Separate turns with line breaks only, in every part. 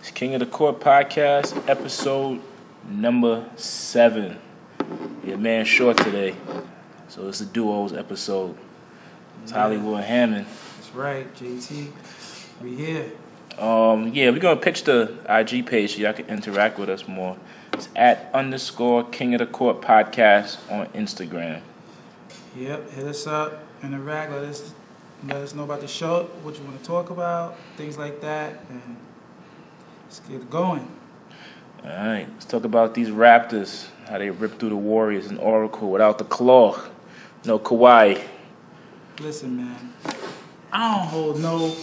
It's King of the Court podcast, episode number seven. Your man short today, so it's a duos episode. It's Hollywood and Hammond.
That's right, JT. We here.
Um, yeah, we're gonna pitch the IG page so y'all can interact with us more. It's at underscore King of the Court podcast on Instagram.
Yep, hit us up, interact, let us let us know about the show, what you want to talk about, things like that, and let's get it going.
All right, let's talk about these Raptors. How they ripped through the Warriors and Oracle without the claw. No Kawhi.
Listen, man, I don't hold no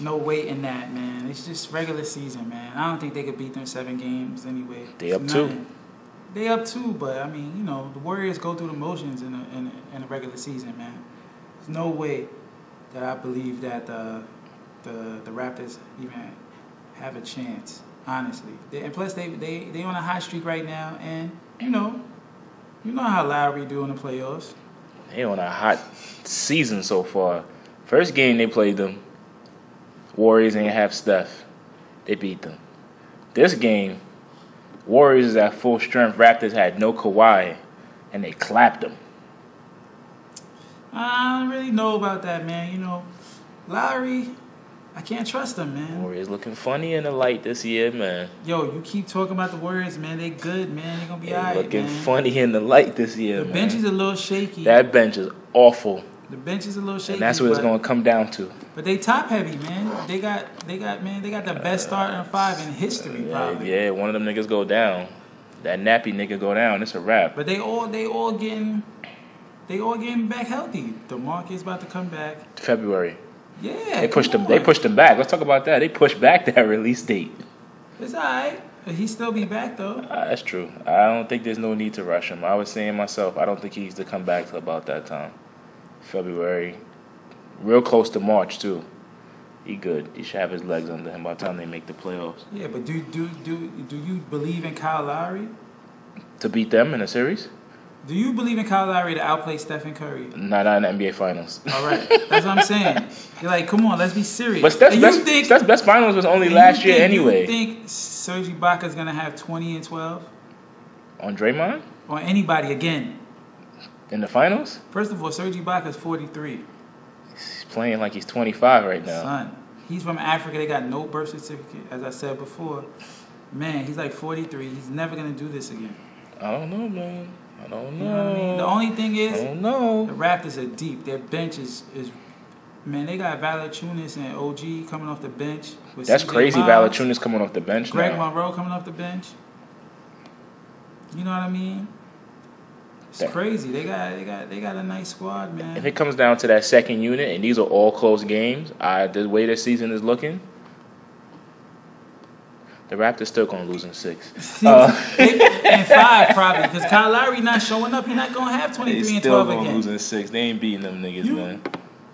no weight in that, man. It's just regular season, man. I don't think they could beat them seven games anyway.
They
It's
up two.
nothing. They up two, but I mean, you know, the Warriors go through the motions in a, in a, in a regular season, man. There's no way that I believe that the the the Raptors even have a chance. Honestly, they, and plus they they they on a hot streak right now, and you know, you know how Lowry do in the playoffs.
They on a hot season so far. First game they played them, Warriors ain't have Steph. They beat them. This game, Warriors is at full strength. Raptors had no Kawhi, and they clapped them.
I don't really know about that, man. You know, Lowry, I can't trust him, man.
Warriors looking funny in the light this year, man.
Yo, you keep talking about the Warriors, man. They good, man. They gonna be
They
alright,
looking
man.
funny in the light this year,
the
man.
bench is a little shaky.
that bench is awful,
the bench is a little shaky.
and that's what it's
but-
going to come down to.
But they top heavy, man. They got they got man. They got the best starting five in history,
Yeah,
probably.
yeah, one of them niggas go down. That nappy nigga go down. It's a wrap.
But they all they all getting they all getting back healthy. DeMarcus about to come back.
February.
Yeah,
They pushed
come
them. They
on.
pushed them back. Let's talk about that. They pushed back that release date.
It's alright. But he still be back though.
Ah, that's true. I don't think there's no need to rush him. I was saying myself, I don't think he needs to come back till about that time, February, real close to March too. He good. He should have his legs under him by the time they make the playoffs.
Yeah, but do do do do you believe in Kyle Lowry?
To beat them in a series,
Do you believe in Kyle Lowry to outplay Stephen Curry?
not not in the NBA Finals.
All right, that's what I'm saying. You're like, come on, let's be serious.
But Steph's
And you
best,
think-
Steph's best Finals was only
and you
last year
think-
anyway.
You think Serge Ibaka's gonna have 20 and 12
On Draymond
or anybody again?
in the Finals,
First of all, Serge Ibaka's 43.
he's playing like he's 25 right now.
Son, he's from Africa. They got no birth certificate, as I said before. Man, he's like 43. He's never gonna do this again.
I don't know, man. I don't
You
know.
know what I mean? The only thing
I
is,
don't know.
The Raptors are deep. Their bench is is man. They got Valachunas and OG coming off the bench. With
That's
CJ
crazy.
Miles,
Valachunas coming off the bench
Greg
now.
Monroe coming off the bench. You know what I mean? It's
That-
crazy. They got they got they got a nice squad,
If
man.
it comes down to that second unit, and these are all close games, I, the way this season is looking, the Raptors still gonna lose in six. Uh,
They- and five probably because Kyle Lowry not showing up. He's not gonna have twenty
they
three and
still
twelve
gonna
again.
lose in six. They ain't beating them niggas,
You-
man.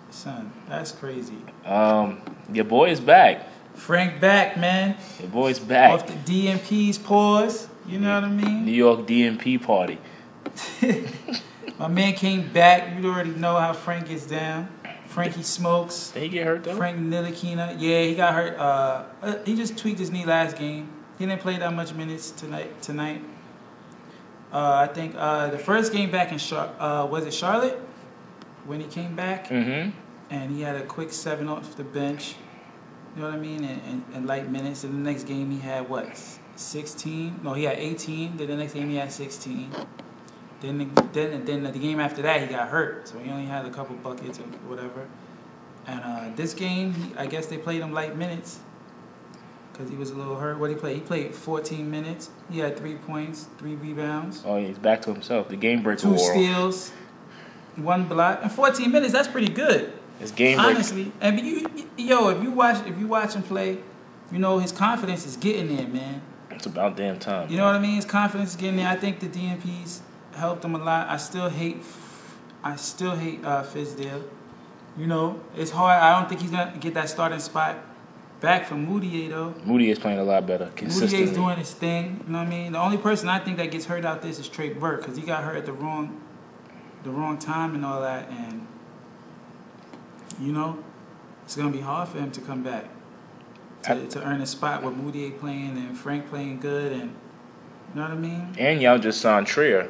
Son, that's crazy.
Um, your boy is back.
Frank back, man.
Your boy is back.
Off the DMP's pause. You know what I mean?
New York DMP party.
My man came back. You already know how Frank gets down. Frankie smokes.
Did he get hurt though?
Frank Nilakina. Yeah, he got hurt. Uh, uh, he just tweaked his knee last game. He didn't play that much minutes tonight. Tonight, uh, I think uh, the first game back in Char- uh, was it Charlotte when he came back
Mm-hmm.
and he had a quick seven off the bench. You know what I mean? In, in, in light minutes. And the next game he had what? s- 16? No, he had 18. Then the next game he had 16. Then the, then then the game after that he got hurt, so he only had a couple buckets or whatever. And uh, this game, he, I guess they played him light minutes because he was a little hurt. What he played? He played 14 minutes. He had three points, three rebounds,
Oh, yeah, he's back to himself. The game breaker
two
war.
steals, one block, and 14 minutes. That's pretty good.
It's game breaker.
Honestly, I mean, you, yo, if you watch, if you watch him play, you know his confidence is getting there, man.
It's about damn time.
You know what I mean? His confidence is getting there. I think the DMPs helped him a lot. I still hate, I still hate uh, Fizdale. You know, it's hard. I don't think he's gonna get that starting spot back from Moutier though.
Moody is playing a lot better consistently.
Moutier's doing his thing. You know what I mean? The only person I think that gets hurt out this is Trey Burke because he got hurt at the wrong, the wrong time and all that. And you know, it's gonna be hard for him to come back. to, to earn a spot with Moody playing and Frank playing good and you know what I mean?
And y'all just signed Trier.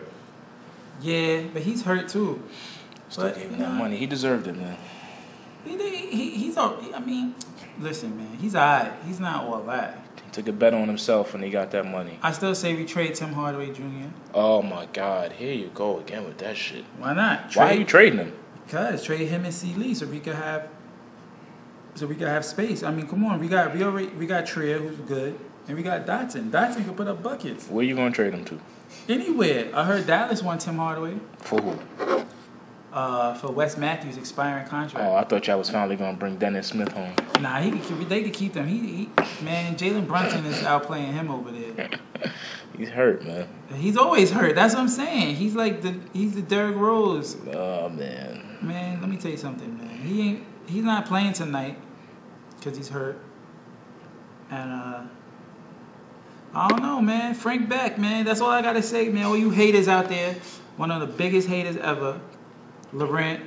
Yeah, but he's hurt too.
Still
But,
gave him
you know,
that money. He deserved it, man.
He, he, he's all, I mean, listen, man, he's alright. He's not all that.
He took a bet on himself when he got that money.
I still say we trade Tim Hardaway Jr.
Oh my God! Here you go again with that shit.
Why not?
Why are you
Trade
trading him?
because trade him and C Lee so we could have so we could have space. I mean, come on, we got we already we got Trier who's good, and we got Dotson. Dotson can put up buckets
Where you gonna trade him to?
anywhere. I heard Dallas want Tim Hardaway
For who?
uh, for Wes Matthews' expiring contract.
Oh, I thought y'all was finally gonna bring Dennis Smith home.
Nah, he could keep, they could keep them. He, he man, Jalen Brunson is outplaying him over there.
He's hurt, man.
He's always hurt. That's what I'm saying. He's like the he's the Derrick Rose.
Oh man.
Man, let me tell you something, man. He ain't he's not playing tonight because he's hurt. And uh I don't know, man. Frank Beck, man. That's all I gotta say, man. All you haters out there, one of the biggest haters ever, Laurent,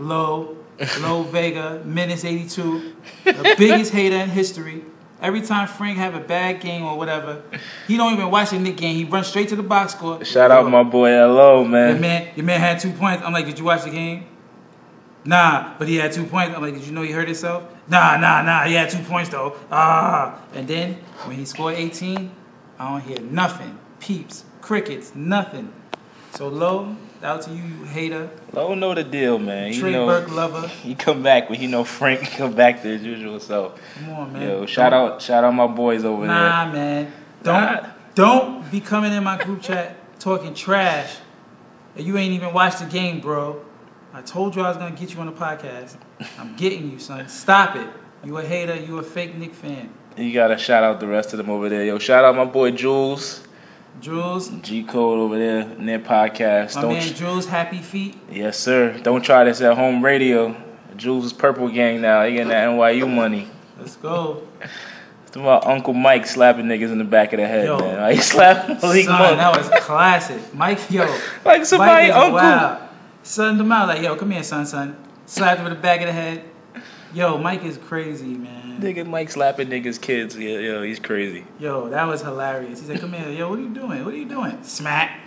Low, Low Vega, Menace 82, the biggest hater in history. Every time Frank have a bad game or whatever, he don't even watch the Nick game. He runs straight to the box score.
Shout out my boy Lo,
Your
man.
man, your man had two points. I'm like, did you watch the game? Nah, but he had two points. I'm like, did you know he hurt himself? Nah, nah, nah. He had two points though. Ah, and then when he scored 18, I don't hear nothing. Peeps, crickets, nothing. So low, out to you, you hater,
Lo know the deal, man. He
Trey
know
Burke lover.
he come back when he know Frank come back to his usual self.
Come on, man.
Yo, shout
Don't-
out, shout out my boys over
Nah, man. Don't
Nah.
don't be coming in my group chat talking trash. And you ain't even watched the game, bro. I told you I was gonna get you on the podcast. I'm getting you, son. Stop it. You a hater. You a fake Nick fan.
there. You gotta shout out the rest of them over there. Yo, shout out my boy Jules,
Jules,
G Code over there, in their podcast.
my
Don't
man Jules, happy feet.
yes sir. Don't try this at home radio. Jules is purple gang now. He getting that NYU money.
Let's go,
It's about Uncle Mike slapping niggas in the back of the head,
Yo.
man. Like, Oh, he slapped Malik
son.
Monk.
That was classic, Mike. Yo,
like somebody
is
uncle.
wild. Son them out like, yo, come here, son, son. Slapped him in the back of the head. Yo, Mike is crazy, man.
Nigga Mike slapping niggas kids. Yeah, yo, he's crazy.
Yo, that was hilarious. He said, "Come here, yo. What are you doing? What are you doing? Smack."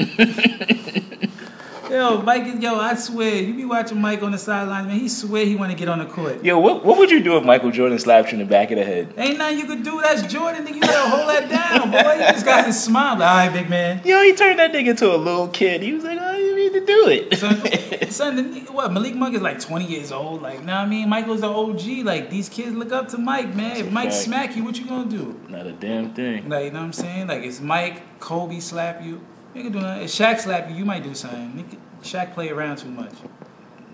yo, Mike. is- Yo, I swear, you be watching Mike on the sidelines, man. He swear he want to get on the court.
Yo, what what would you do if Michael Jordan slapped you in the back of the head?
Ain't nothing you could do. That's Jordan. Nigga, you gotta hold that down, boy. You just got to smile. Like, All right, big man.
Yo, he turned that nigga into a little kid. He was like, oh, you need to do it.
Son, son the, nigga- what? Malik Monk is like 20 years old. Like, know what I mean? Michael's the OG. Like, these kids look up to Mike, man. If
a
Mike
fact.
smack you, what you gonna do?
Not a damn thing.
Like, you know what I'm saying? Like, if Mike, Kobe slap you, nigga do nothing. If Shaq slap you, you might do something. Nigga, Shaq play around too much.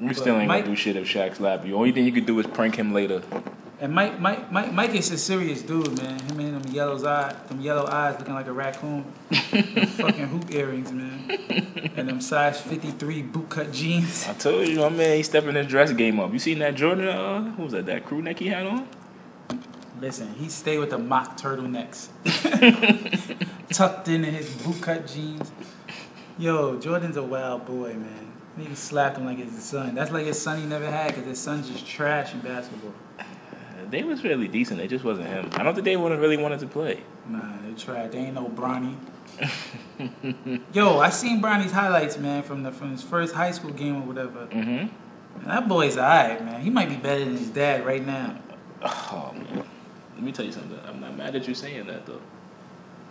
You still ain't
Mike-
gonna do shit if Shaq slapped you. Only thing you could do is prank him later.
And Mike, Mike, Mike, Mike is a serious dude, man. Him and them yellow eyes, them yellow eyes looking like a raccoon. Them fucking hoop earrings, man. And them size 53 bootcut jeans.
I told you, my man, he stepping his dress game up. You seen that Jordan? Uh, who was that? That crew neck he had on?
Listen, he stay with the mock turtlenecks, tucked into his bootcut jeans. Yo, Jordan's a wild boy, man. Nigga slapped him like his son. That's like his son he never had, cause his son's just trash in basketball.
Uh, They was really decent. It just wasn't him. I don't think they would really wanted to play.
Nah, they tried. They ain't no Bronny. Yo, I seen Bronny's highlights, man, from the from his first high school game or whatever.
Mm-hmm.
Man, that boy's alright, man. He might be better than his dad right now.
Oh man, let me tell you something. I'm not mad at you saying that though.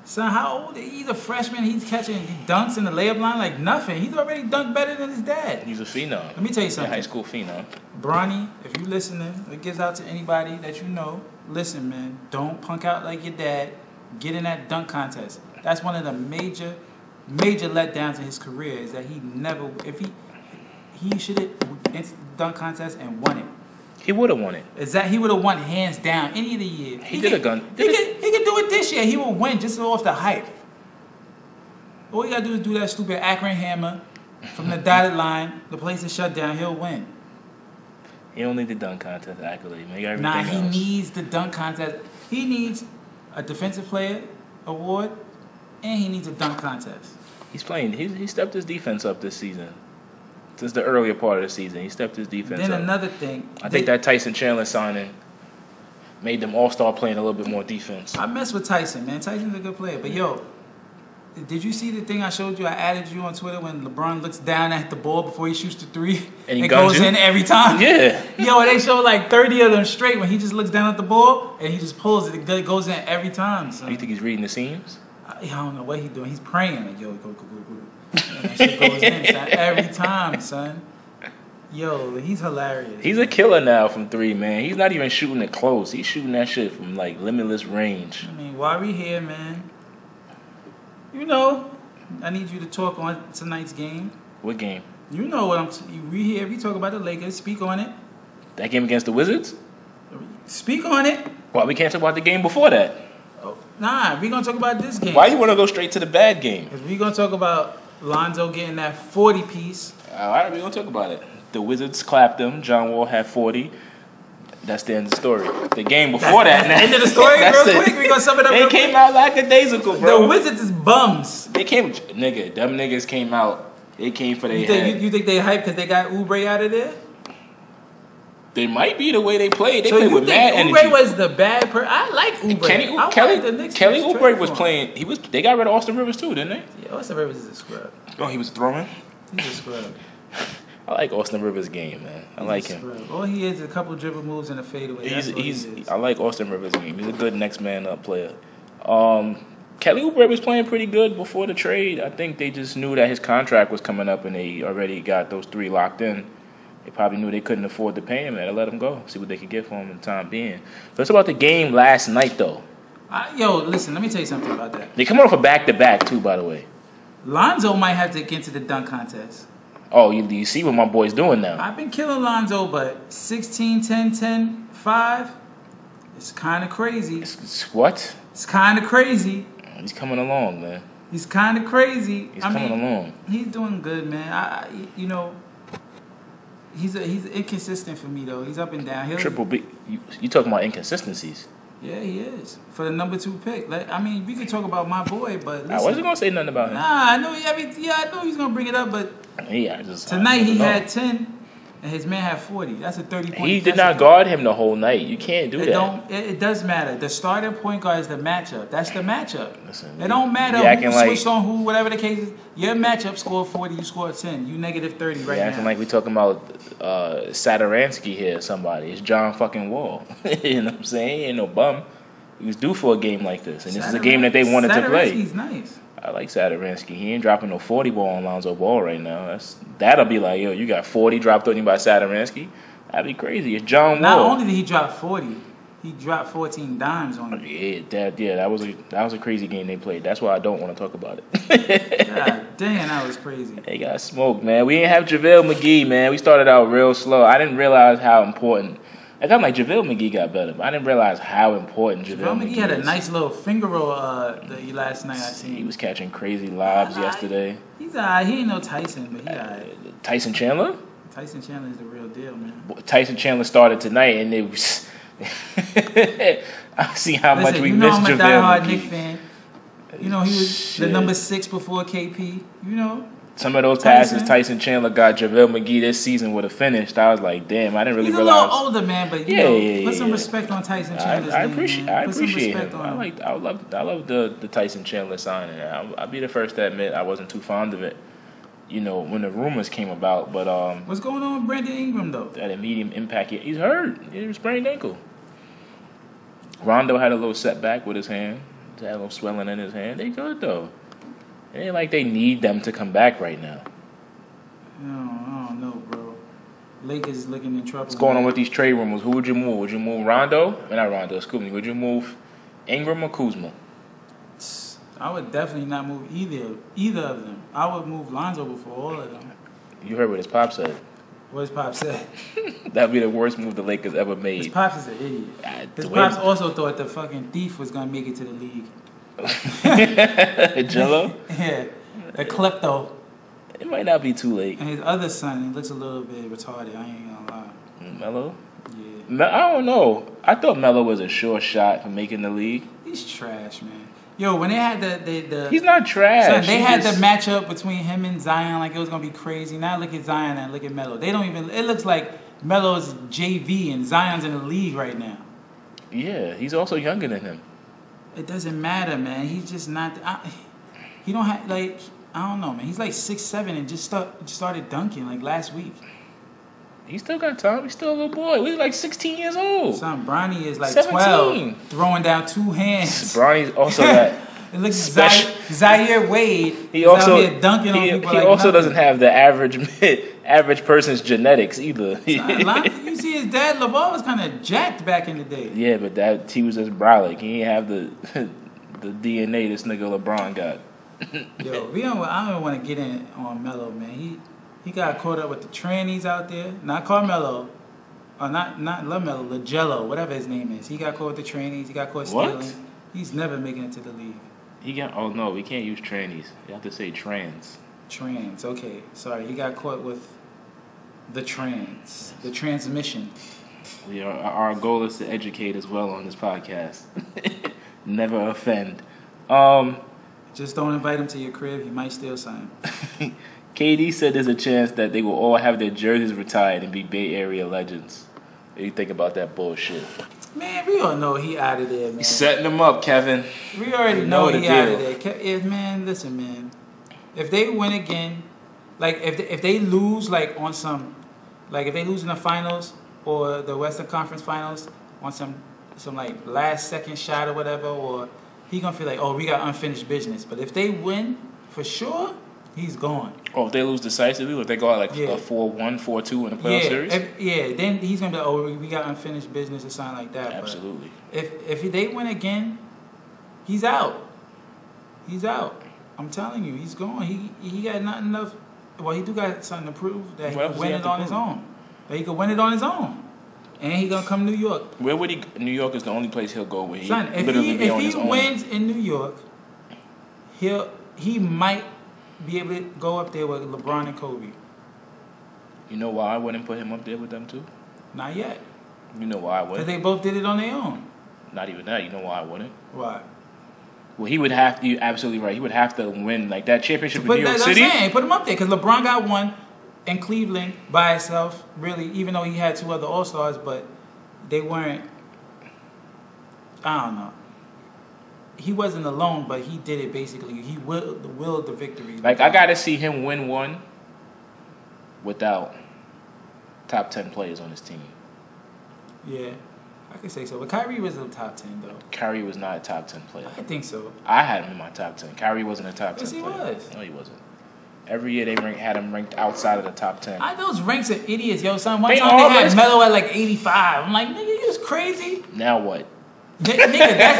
Son, how old? He's a freshman. He's catching he dunks in the layup line like nothing. He's already dunked better than his dad.
He's a phenom.
Let me tell you
He's a high
something,
school phenom.
Bronny. If you listening, it gives out to anybody that you know. Listen, man, don't punk out like your dad. Get in that dunk contest. That's one of the major, major letdowns in his career is that he never. If he, he should have entered the dunk contest and won it.
He would have won it.
Is that he would have won hands down any of the year.
He did a gun-
He
did a-
could, he could do it this year. He will win just off the hype. All you gotta do is do that stupid Akron hammer from the dotted line. The place is shut down. He'll win.
He don't need the dunk contest accolade. Man, he got everything
Nah, he
else.
needs the dunk contest. He needs a defensive player award, and he needs a dunk contest.
He's playing. He's, he stepped his defense up this season. Since the earlier part of the season, he stepped his defense
then
up.
another thing.
I think
they-
that Tyson Chandler signing made them all start playing a little bit more defense.
I mess with Tyson, man. Tyson's a good player. But yo, did you see the thing I showed you? I added you on Twitter when LeBron looks down at the ball before he shoots the three.
And he
it
guns
goes
you?
in every time.
Yeah.
Yo, they show like 30 of them straight when he just looks down at the ball and he just pulls it. It go- goes in every time. So.
You think he's reading the seams?
I, I don't know what he's doing. He's praying. Like, yo, go, go, go, go. And that shit goes in son, every time, son. Yo, he's hilarious.
He's a killer now from three, man. He's not even shooting it close. He's shooting that shit from like limitless range.
I mean, why we here, man? You know, I need you to talk on tonight's game.
What game?
You know what I'm. T- we here. We talk about the Lakers. Speak on it.
That game against the Wizards?
Speak on it.
Why we can't talk about the game before that?
Oh, nah, we gonna talk about this game.
Why you want to go straight to the bad game?
Cause we gonna talk about Lonzo getting that forty piece.
All right, we gonna talk about it. The Wizards clapped them. John Wall had forty. That's the end of the story. The game before that.
that's the end of the story,
That's
real
it.
quick. We gonna sum it up
They
real
came
quick.
out lackadaisical, bro.
The Wizards is bums.
They came, nigga. Them niggas came out. They came for
You
their head.
think you, you think they hype because they got Oubre out of there?
they might be the way they played. They
so
played
you
with
think
mad
Oubre
energy.
was the bad per? I like Oubre.
Kenny
I
U-
like
Kelly
the Knicks
Kelly
to
Oubre
trade
was
for him.
playing. He was. They got rid of Austin Rivers too, didn't they?
Yeah, Austin Rivers is a scrub.
Oh, he was throwing.
He's a scrub.
I like Austin Rivers' game, man. I
He's
like
a
him.
scrub. All he is is a couple dribble moves and a fadeaway.
He's
That's all
he's. uh,
he is.
I like Austin Rivers' game. He's a good next man up player. Um, Kelly Oubre was playing pretty good before the trade. I think they just knew that his contract was coming up, and they already got those three locked in. They probably knew they couldn't afford to pay him, and they let him go. See what they could get for him in the time being. That's about the game last night, though.
I, yo, listen. Let me tell you something about that.
They come off a back to back too, by the way.
Lonzo might have to get into the dunk contest.
Oh, you, you see what my boy's doing now?
I've been killing Lonzo, but 16, 10, 10, 5, it's kind of crazy.
It's- it's- what?
It's kind of crazy.
He's coming along, man.
He's kind of crazy.
He's
I
coming
mean,
along.
he's doing good, man. I, I- you know, he's a, he's inconsistent for me though. He's up and down. He'll,
Triple B. You, you talking about inconsistencies?
Yeah, he is for the number two pick. Like, I mean, we could talk about my boy, but
I wasn't
listen,
gonna say nothing about him.
nah, I know. he- I mean, yeah, I know he's gonna bring it up, but
Yeah, I just I
tonight he
don't know.
had ten, and his man had forty. That's a thirty. Point
He did
deficit.
not guard him the whole night. You can't do
It
that.
don't. It, it does matter. The starting point guard is the matchup. That's the matchup.
Listen,
it don't matter
you
who
acting like-
switched on who, whatever the case is. Your matchup scored forty. You scored ten. You negative thirty right
You're
now.
acting like we talking about uh, Saturansky here or somebody. It's John fucking Wall. you know what I'm saying? He ain't no bum. He was due for a game like this, and this is a game that they wanted to play.
He's nice.
I like Saturansky. He ain't dropping no 40 ball on Lonzo Ball right now. That's that'll be like, yo, you got 40 dropped on you by Saturansky. That'd be crazy. It's John
Not
Wall.
only did he drop forty, he dropped fourteen dimes on him.
Yeah, that yeah, that was a that was a crazy game they played. That's why I don't want to talk about it.
God damn, that was crazy.
they got smoked, man. We didn't have JaVale McGee, man. We started out real slow. I didn't realize how important. Like I'm like JaVale McGee got better, but I didn't realize how important JaVale,
Bro,
McGee
he had a
is.
nice little finger roll uh, the last night I
He
seen.
was catching crazy lobs yesterday.
He's alright. He ain't no Tyson, but he alright.
Tyson Chandler.
Tyson Chandler is the real deal, man.
Tyson Chandler started tonight, and it was. I see how much
Listen,
we
you know
missed
I'm a
JaVale
diehard Nick
McGee.
fan. You know he was
Shit.
the number six before KP. You know,
Some of those
Tyson.
passes Tyson Chandler got JaVale McGee this season would have finished. I was like, damn, I didn't really
he's a
realize.
little older man, but you
Yeah,
know,
yeah,
put some
yeah.
respect on Tyson
I,
Chandler's
I
name,
appreciate,
man.
I
Put
appreciate
some respect
him.
on
I
him.
like, I love, I love the the Tyson Chandler signing. I, I'll be the first to admit I wasn't too fond of it. You know, when the rumors came about, but um,
What's going on with Brandon Ingram though?
at a medium impact, he- he's hurt. He sprained ankle. Rondo had a little setback with his hand. He had a little swelling in his hand. They good though. It ain't like they need them to come back right now.
I don't, I don't know, bro. Lakers looking in trouble.
What's going on with these trade rumors? Who would you move? Would you move Rondo? Well, Not Rondo. Excuse me. Would you move Ingram or Kuzma?
I would definitely not move either either of them. I would move Lonzo before all of them.
You heard what his pop said.
What's Pop said?
That'd be the worst move the Lakers ever
His
made.
pops is an idiot.
Ah,
His
the
pops also thought the fucking thief was gonna make it to the league.
way- Jello.
yeah, the klepto
It might not be too late.
and his other son. He looks a little bit retarded. I ain't gonna lie.
Melo.
Yeah,
Me- I don't know. I thought Melo was a sure shot for making the league.
he's trash, man. Yo, when they had the the, the
He's not trash.
son, they
He
had
just-
the matchup between him and Zion, like it was gonna be crazy. Now look at Zion and look at Melo. They don't even. It looks like Melo's JV and Zion's in the league right now.
Yeah, he's also younger than him.
It doesn't matter, man. He's just not. I, he don't have like I don't know, man. He's like six seven and just start, started dunking like last week.
He still got time. He's still a little boy. He's like 16 years old.
Son, Bronny is like
17.
twelve, throwing down two hands.
Bronny's also that.
It looks
Special-
Zaire, Zaire Wade.
He
is
also
out here dunking on
he,
people
he
like
also
nothing.
doesn't have the average average person's genetics either.
Son, a lot of- you see, his dad Lavar was kind of jacked back in the day.
yeah, but that he was just brolic. He didn't have the the DNA this nigga LeBron got.
Yo, we don't. I don't want to get in on Melo, man. He he got caught up with the trannies out there. Not Carmelo, or not not Lamelo, Lagello, whatever his name is. He got caught with the trannies. He got caught stealing.
What?
He's never making it to the league.
He got oh no, we can't use trannies. You have to say trans.
Trans. Okay, sorry. He got caught with the trans, the transmission.
We are our goal is to educate as well on this podcast. Never offend. Um,
Just don't invite him to your crib. He might steal something.
KD said there's a chance that they will all have their jerseys retired and be Bay Area legends. What do you think about that bullshit?
Man, we all know he out of there, man.
He's setting them up, Kevin.
We already
You
know,
know the
he out of
deal.
there. Ke- If, man, listen, man. If they win again, like if they, if they lose, like on some, like if they lose in the finals or the Western Conference Finals on some some like last second shot or whatever, or he gonna feel like oh we got unfinished business. But if they win, for sure he's gone.
Oh, if they lose decisively, if they go out like
Yeah.
a 4 1, 4 2 in the playoff
yeah,
series?
if- yeah. Then he's gonna be like, oh we- we got unfinished business or something like that. but-
Absolutely.
If if they win again, he's out. He's out. I'm telling you, he's gone. He he got not enough. Well, he do got something to prove that he
What else
can
does
win
he have
it
to
on his
prove?
own. That he can win it on his own, and he gonna come to New York.
Where would he? New York is the only place he'll go where he
Son, if
literally
he
be on
if
his
he
own.
wins in New York, he'll he might be able to go up there with LeBron and Kobe.
You know why I wouldn't put him up there with them too?
Not yet,
You know why I
because
wouldn't?
they both did it on their own.
Not even that. You know why I wouldn't?
Why?
Well, he would have to. You're absolutely right. He would have to win like that championship in
But
New York
that's
City.
what I'm saying. Put him up there because LeBron got one in Cleveland by itself, really, even though he had two other All Stars, but they weren't. I don't know. He wasn't alone, but he did it basically. He willed, willed the victory.
Like I gotta see him win one without top ten players on his team.
Yeah, I could say so. But Kyrie was in the top 10, though.
Kyrie was not a top ten player.
I think so.
I had him in my top ten. Kyrie wasn't a top ten
Yes, he
player.
was.
No, he wasn't. Every year they rank, had him ranked outside of the top ten.
I, those ranks are idiots, yo, son. One
They
time they
always-
had Melo at like 85. I'm like, nigga, you was crazy.
now what?
Ni- nigga, that's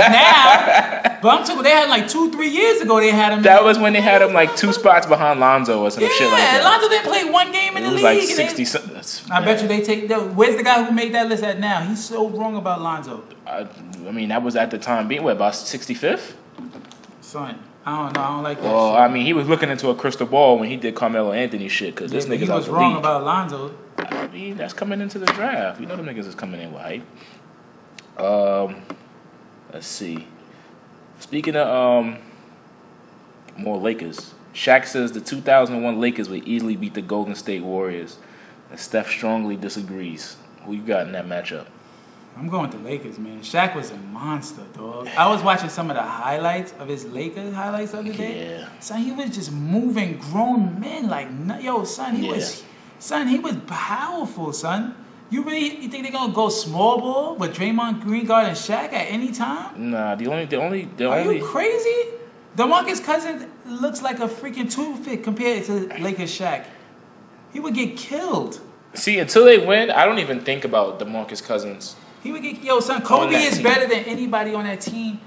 now. But I'm talking, they had like two, three years ago, they had him.
That was when they had him like two spots behind Lonzo or some
Yeah,
shit like that.
Lonzo didn't play one game in
It
the
was like
league. and
sixty.
they-
some-
I bet you they take. The, where's the guy who made that list at now? He's so wrong about Lonzo.
I, I mean, that was at the time being what about sixty fifth?
Son, I don't know. I don't like that.
Well,
shit.
I mean, he was looking into a crystal ball when he did Carmelo Anthony shit because
Yeah,
this
but
nigga's
he
out
was
the
wrong
league.
about Lonzo.
I mean, that's coming into the draft. You know them niggas is coming in with hype. Um, let's see. Speaking of um, more Lakers, Shaq says the 2001 Lakers would easily beat the Golden State Warriors, and Steph strongly disagrees. Who you got in that matchup?
I'm going to Lakers, man. Shaq was a monster, dog. I was watching some of the highlights of his Lakers highlights the other day.
Yeah.
Son, he was just moving grown men like no- yo, son. He was,
Yeah.
son, he was powerful, son. You really you think they're gonna go small ball with Draymond Green guard and Shaq at any time?
Nah, the only, the only, the
Are
only.
you crazy? DeMarcus Cousins looks like a freaking toothpick compared to Lakers Shaq. He would get killed.
see, until they win, I don't even think about DeMarcus Cousins.
He would get yo son. Kobe
that
is
team.
better than anybody on that team,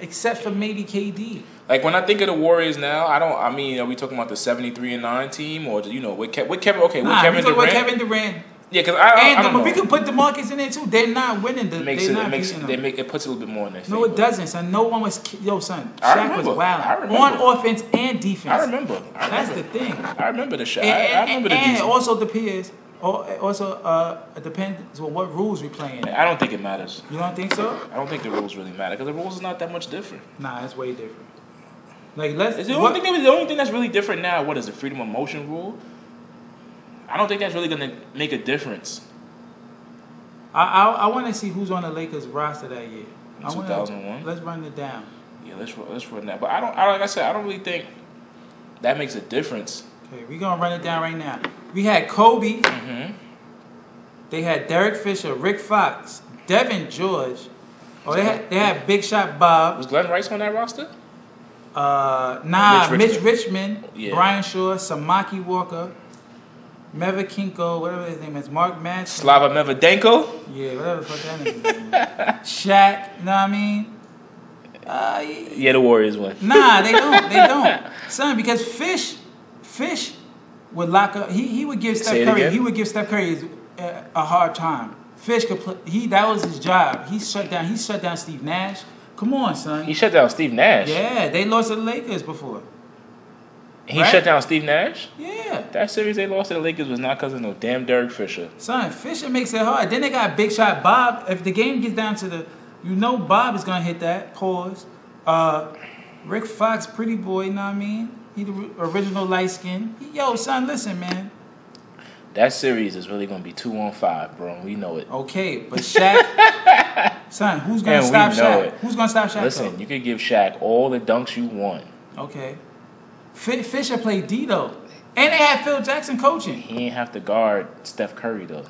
except for maybe KD.
Like when I think of the Warriors now, I don't. I mean, are we talking about the seventy-three and nine team, or you know, with, Ke- with Kevin? Okay, with
Nah,
Kevin
we talk about
Durant.
Kevin Durant.
yeah, because I, I,
And
I don't
but
know.
we could put DeMarcus in there too. They're not winning. The,
it makes
they're
it,
not
it makes
beating
they
them.
make it puts a little bit more in their
No, it
favor.
doesn't, son. No one was ki- yo son.
I
Shaq was
remember. I
wild
remember.
on offense and defense.
I remember. I remember.
That's the thing.
I remember the shot.
And,
I, I
and-
remember the
and it
defense.
also depends. or- oh, it Also, uh, it depends on what rules we playing.
I don't think it matters.
You don't think so?
I don't think the rules really matter because the rules is not that much different.
Nah, it's way different. Like let's.
It's the,
what-
only thing, that- the only thing that's really different now, what is the freedom of motion rule? I don't think that's really going to make a difference.
I I, I want to see who's on the Lakers roster that year. I wanna-
2001?
Let's run it down.
Yeah, let's run, let's run that. But I don't. I, like I said, I don't really think that makes a difference.
Okay, we're gonna run it down right now. We had Kobe.
Mm-hmm.
They had Derek Fisher, Rick Fox, Devin George. Oh, they had, they had Big Shot Bob,
Was Glenn Rice on that roster?
uh, Nah,
Mitch
Mitch Richmond,
Yeah.
Brian Shaw, Samaki Walker, Meva Kinko, whatever his name is, Mark Match.
Slava Mevadenko.
yeah, whatever the fuck that nigga's name is. Shaq, you know what I mean? Uh, y-
Yeah, the Warriors won.
nah, they don't. They don't. Son, because Fish, Fish would lock up. He, he would give
Say
Steph
it
Curry.
again?
He would give Steph Curry his- a, a hard time. Fish could play. He that was his job. He shut down. He shut down Steve Nash. Come on,
He
son.
shut down Steve Nash.
Yeah, they lost to the Lakers before.
He
Right?
shut down Steve Nash.
Yeah,
That series they lost to the Lakers was not because of no damn Derek Fisher.
son. Fisher makes it hard. Then they got Big Shot Bob. If the game gets down to the, you know, Bob is gonna hit that. Pause. Uh, Rick Fox, pretty boy. You know what I mean? He the original light skin. Yo, son, listen, man.
That series is really gonna be two on five, bro. We know it.
Okay, but Shaq, son, who's gonna
And we
stop
know
Shaq?
it.
Who's gonna stop Shaq?
Listen, you could give Shaq all the dunks you want.
though? okay. F- Fisher played D though, and they had Phil Jackson coaching,
He ain't have to guard Steph Curry though.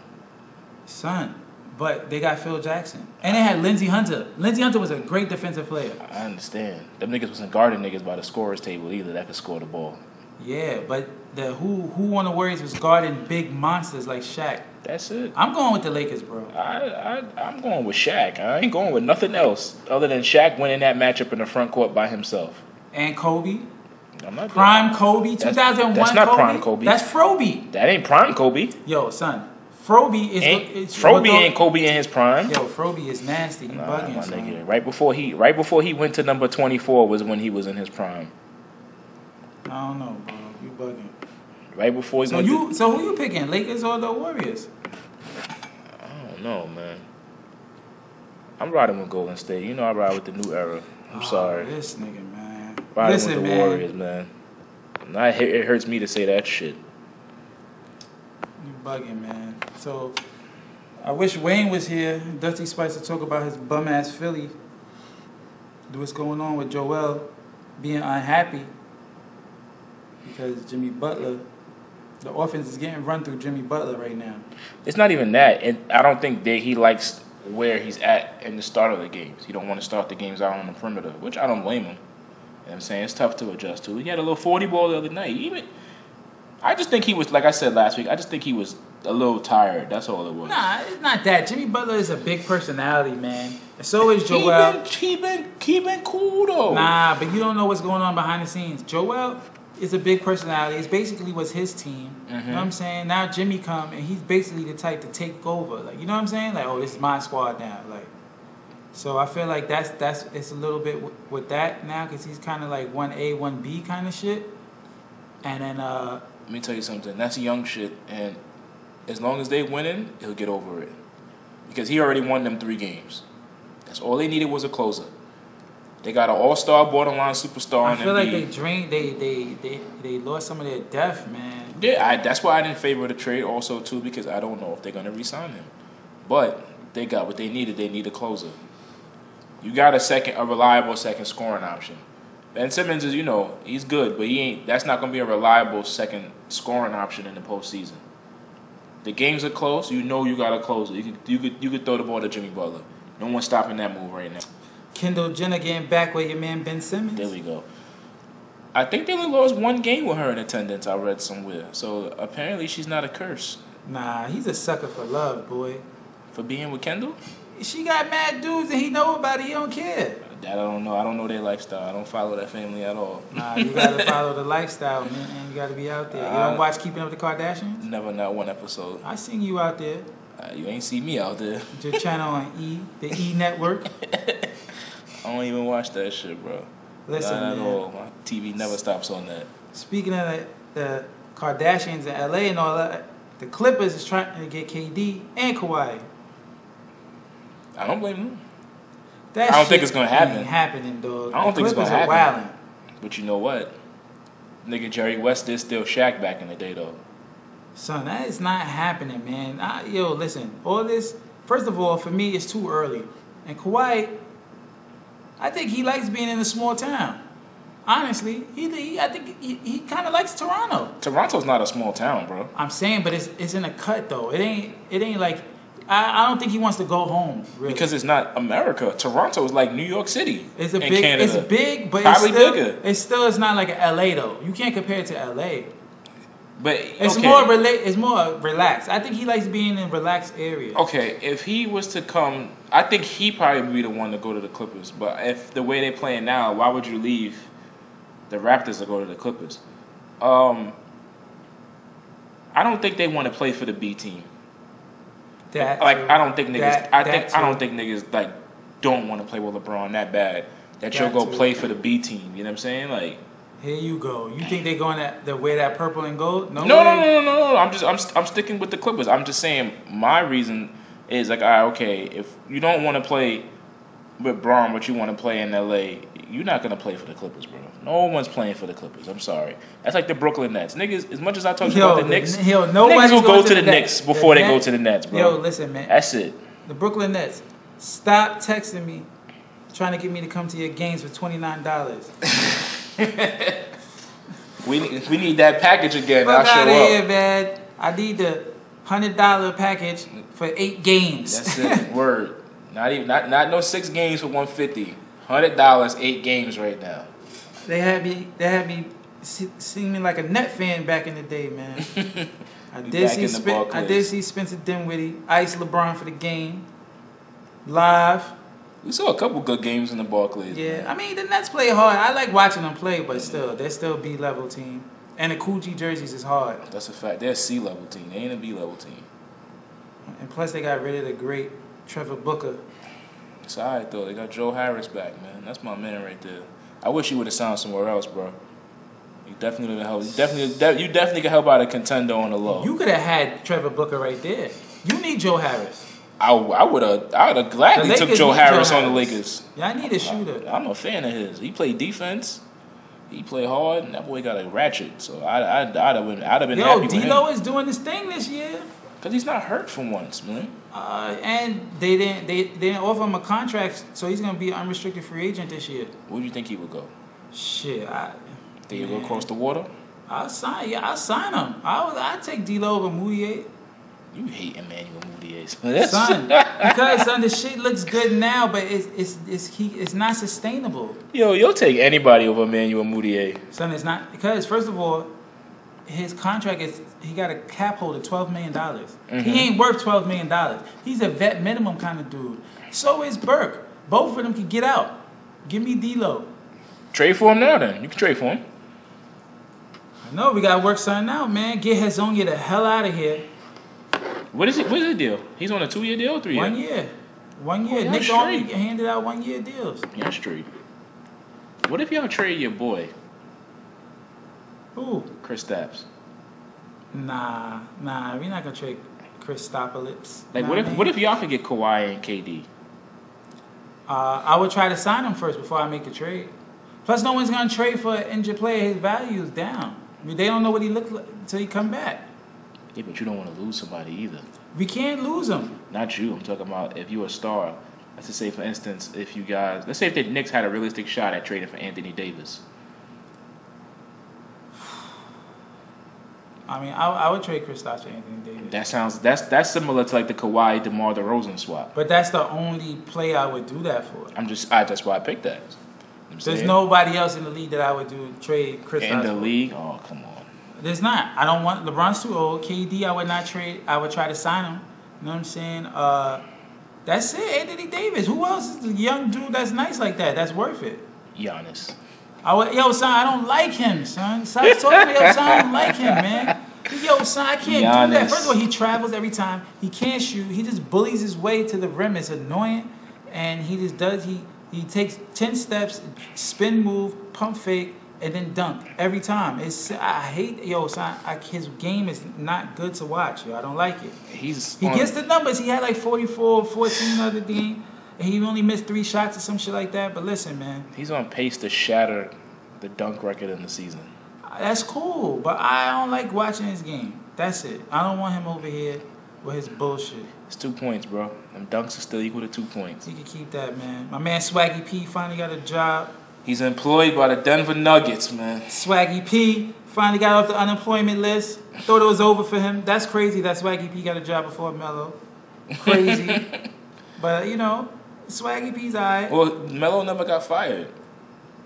son. But they got Phil Jackson, and they had Lindsey Hunter. Lindsey Hunter was a great defensive player.
I understand. Them niggas wasn't guarding niggas by the scorers table either. That could score the ball.
Yeah, but the who who on the Warriors was guarding big monsters like Shaq.
That's it.
I'm going with the Lakers, bro.
I, I I'm going with Shaq. I ain't going with nothing else other than Shaq winning that matchup in the front court by himself.
And Kobe,
I'm not
prime Kobe, 2001
that's not prime Kobe.
That's Froby.
That ain't prime Kobe.
Yo, son, Froby is
Ain't
it's
Froby ain't Kobe in his prime.
Yo, Froby is nasty. You
Nah, my
bugging, son.
nigga. Right before he right before he went to number twenty four was when he was in his prime.
I don't know, bro. You bugging.
Right before he
So
went to-
you, so who you picking, Lakers or the Warriors?
I don't know, man. I'm riding with Golden State. You know I ride with the new era. I'm
Oh,
sorry.
this nigga, man.
Riding
Listen,
with the
man.
Warriors, man. Nah, it hu- it hurts me to say that shit.
You bugging, man. So I wish Wayne was here, Dusty Spice, to talk about his bum ass Philly. What's going on with Joel being unhappy because Jimmy Butler, the offense is getting run through Jimmy Butler right now.
It's not even that, and I don't think that he likes where he's at in the start of the games. He don't want to start the games out on the perimeter, which I don't blame him. You know what I'm saying it's tough to adjust to. He had a little 40 ball the other night. Even I just think he was like I said last week. I just think he was a little tired. That's all it was.
Nah, it's not that. Jimmy Butler is a big personality, man. And so is
He
Joel.
been, he been, he been cool though.
Nah, but you don't know what's going on behind the scenes. Joel is a big personality. It's basically was his team. You know what I'm saying? Now Jimmy come and he's basically the type to take over. Like you know what I'm saying? Like oh, this is my squad now. Like so I feel like that's that's it's a little bit w- with that now because he's kind of like one A one B kind of shit. And then uh
Let me tell you something. That's young shit, and as long as they winning, he'll get over it because he already won them three games. That's all they needed was a closer. They got an all-star, borderline superstar.
I
in
feel like they
Embiid.
drained they they they they lost some of their depth, man.
Yeah, I, that's why I didn't favor the trade also too because I don't know if they're gonna re-sign him. But they got what they needed. They need a closer. You got a second, a reliable second scoring option. Ben Simmons is, you know, he's good, but he ain't. That's not gonna be a reliable second scoring option in the postseason. The games are close. You know you got a closer. You could, you could, you could throw the ball to Jimmy Butler. No one's stopping that move right now.
Kendall Jenner getting back with your man Ben Simmons.
There we go. I think they only lost one game with her in attendance. I read somewhere. So apparently she's not a curse
Nah, he's a sucker for love, boy.
for being with Kendall.
She got mad dudes and he know about it. He don't care.
That I don't know. I don't know their lifestyle. I don't follow that family at all.
Nah, you gotta follow the lifestyle, man. And you gotta be out there. You don't
Uh,
watch Keeping Up with the Kardashians?
Never not one episode.
I seen you out there.
Uh, you ain't see me out there.
Your channel on E, the E Network.
I don't even watch that shit, bro.
Listen,
not at
man.
all. My TV never stops on that.
Speaking of the, the Kardashians in LA and all that, the Clippers is trying to get KD and Kawhi.
I don't blame them.
That
I don't
shit
think it's gonna happen.
Ain't happening, dog.
I don't
the
think it's
Clippers
gonna
are
happen.
wilding.
But you know what? Nigga Jerry West did still Shaq back in the day though.
Son, that is not happening, man. I, yo, listen, all this First of all, for me, it's too early. And Kawhi, I think he likes being in a small town. Honestly, he, he I think he, he kind of likes Toronto.
Toronto's not a small town, bro.
I'm saying, but it's it's in a cut though. It ain't it ain't like I, I don't think he wants to go home really.
Because it's not America. Toronto is like New York City.
it's a
in
big
Canada.
it's big, but
Probably
it's still,
bigger.
It's still it's not like a LA though. You can't compare it to LA.
But
It's
okay.
more rela- It's more relaxed. I think he likes being in relaxed areas.
Okay, if he was to come, I think he probably would be the one to go to the Clippers. But if the way they're playing now, why would you leave the Raptors to go to the Clippers? Um, I don't think they want to play for the B team.
That
Like
too.
I don't think niggas.
That-
I
that
think I
too.
don't think niggas like don't want to play with LeBron that bad that, you'll
That
go
too.
play for the B team. You know what I'm saying? Like
Here you go. You think they're going to, to wear that purple and gold? No,
No,
way.
no, no, no, no, no. I'm just, I'm, st- I'm sticking with the Clippers. I'm just saying my reason is like, all right, okay, if you don't want to play with Braun, but you want to play in L.A., you're not gonna play for the Clippers, bro. No one's playing for the Clippers. I'm sorry. That's like the Brooklyn Nets, niggas. As much as I talk
Yo,
about the
the-
Knicks,
yo,
niggas
nobody's
will go
going
to
to
the
the
Knicks
Nets.
before
The
they go
Nets-
to the Nets, bro.
Yo, listen, man.
That's it.
the Brooklyn Nets, stop texting me trying to get me to come to your games for $29.
We need- we need that package again. I'll
Fuck
show
out
up.
of here, man. I need the $100 package for eight games.
That's it. Word. Not even not not no six games for 150. Hundred dollars, eight games right now.
They had me. They had me se- seeming like a net fan back in the day, man. I
You
did
back
see.
in the
Spen- I
Barclays.
did see Spencer Dinwiddie ice LeBron for the game, live.
We saw a couple good games in the Barclays.
Yeah, I mean the Nets play hard. I like watching them play, but still, they're still B level team. And the Coogee jerseys is hard.
That's a fact. They're a C level team. They ain't a B level team.
And plus, they got rid of the great Trevor Booker.
It's all right, though. They got Joe Harris back, man. That's my man right there. I wish you would have signed somewhere else, bro. You definitely would help. You definitely, de- you definitely could help out a contender on the low.
You could have had Trevor Booker right there. You need Joe Harris.
I, I would have, I would have
The
gladly took
Lakers
Joe
need
Harris, on the Lakers.
Y'all need a shooter.
I'm a fan of his. He played defense. He played hard, and that boy got a ratchet. So I, I, I'd have been, I'd have been happy
Yo,
with
D'Lo
him
is doing this thing this year.
because he's not hurt for once, man.
Uh, and they didn't they, they didn't offer him a contract, so he's gonna be an unrestricted free agent this year.
Where do you think he would go?
Shit, I
Think he'd go
Man.
across the water?
I'll sign yeah, I'll sign him. I would I take D'Lo over Moutier.
You hate Emmanuel Moutier. That's
Son, because son, the shit looks good now, but it's it's it's he it's not sustainable.
Yo, you'll take anybody over Emmanuel Moutier.
Son, it's not because first of all, his contract is he got a cap hold of twelve million dollars.
Mm-hmm.
He ain't worth twelve million dollars. He's a vet minimum kind of dude. So is Burke. Both of them can get out. Give me D'Lo.
Trade for him now, then. You can trade for him.
No, we gotta work something out, man. Get Hazonia the hell out of here.
What is it? What is the deal? He's on a two year deal, or three
One
year.
year. One year.
y'all
Nick
straight.
only handed out one year deals.
Yeah, straight. What if y'all trade your boy
Ooh.
Chris Stapps?
Nah, nah, we not gonna trade Chris Stopolips.
Like, what if what if y'all could get Kawhi and KD?
uh, I would try to sign him first before I make a trade. Plus no one's gonna trade for an injured player, his value's down. I mean, they don't know what he looked like until he come back.
Yeah, but you don't want to lose somebody either.
We can't lose him.
Not you. I'm talking about if you're a star. Let's just say, for instance, if you guys, let's say if the Knicks had a realistic shot at trading for Anthony Davis.
I mean, I, I would trade Chris Stops for Anthony Davis.
That sounds that's that's similar to like the Kawhi DeMar DeRozan swap.
but that's the only player I would do that for.
I'm just I that's why I picked that. You know what I'm
There's
saying?
nobody else in the league that I would do trade Chris
in the
Stops for.
league. Oh come on.
There's not. I don't want LeBron's too old. KD, I would not trade. I would try to sign him. You know what I'm saying? Uh, that's it. Anthony Davis. Who else is the young dude that's nice like that? That's worth it.
Giannis.
I would, yo, son, I don't like him, son. Stop talking to me, yo, son. I don't like him, man. Yo, son, I can't do
Giannis.
that. First of all, he travels every time. He can't shoot. He just bullies his way to the rim. It's annoying, and he just does. He he takes ten steps, spin move, pump fake, and then dunk every time. It's I hate yo, son. I, his game is not good to watch. Yo, I don't like it.
He's
He
on-
gets the numbers. He had like 44, 14 the other game, and he only missed three shots or some shit like that. But listen, man.
he's on pace to shatter the dunk record in the season.
That's cool, but I don't like watching his game. That's it. I don't want him over here with his bullshit.
It's two points, bro. Them dunks are still equal to two points.
He can keep that, man. My man Swaggy P finally got a job.
He's employed by the Denver Nuggets, man.
Swaggy P finally got off the unemployment list. Thought it was over for him. That's crazy that Swaggy P got a job before Mello. Crazy. but, you know, Swaggy P's all right.
Well, Melo never got fired.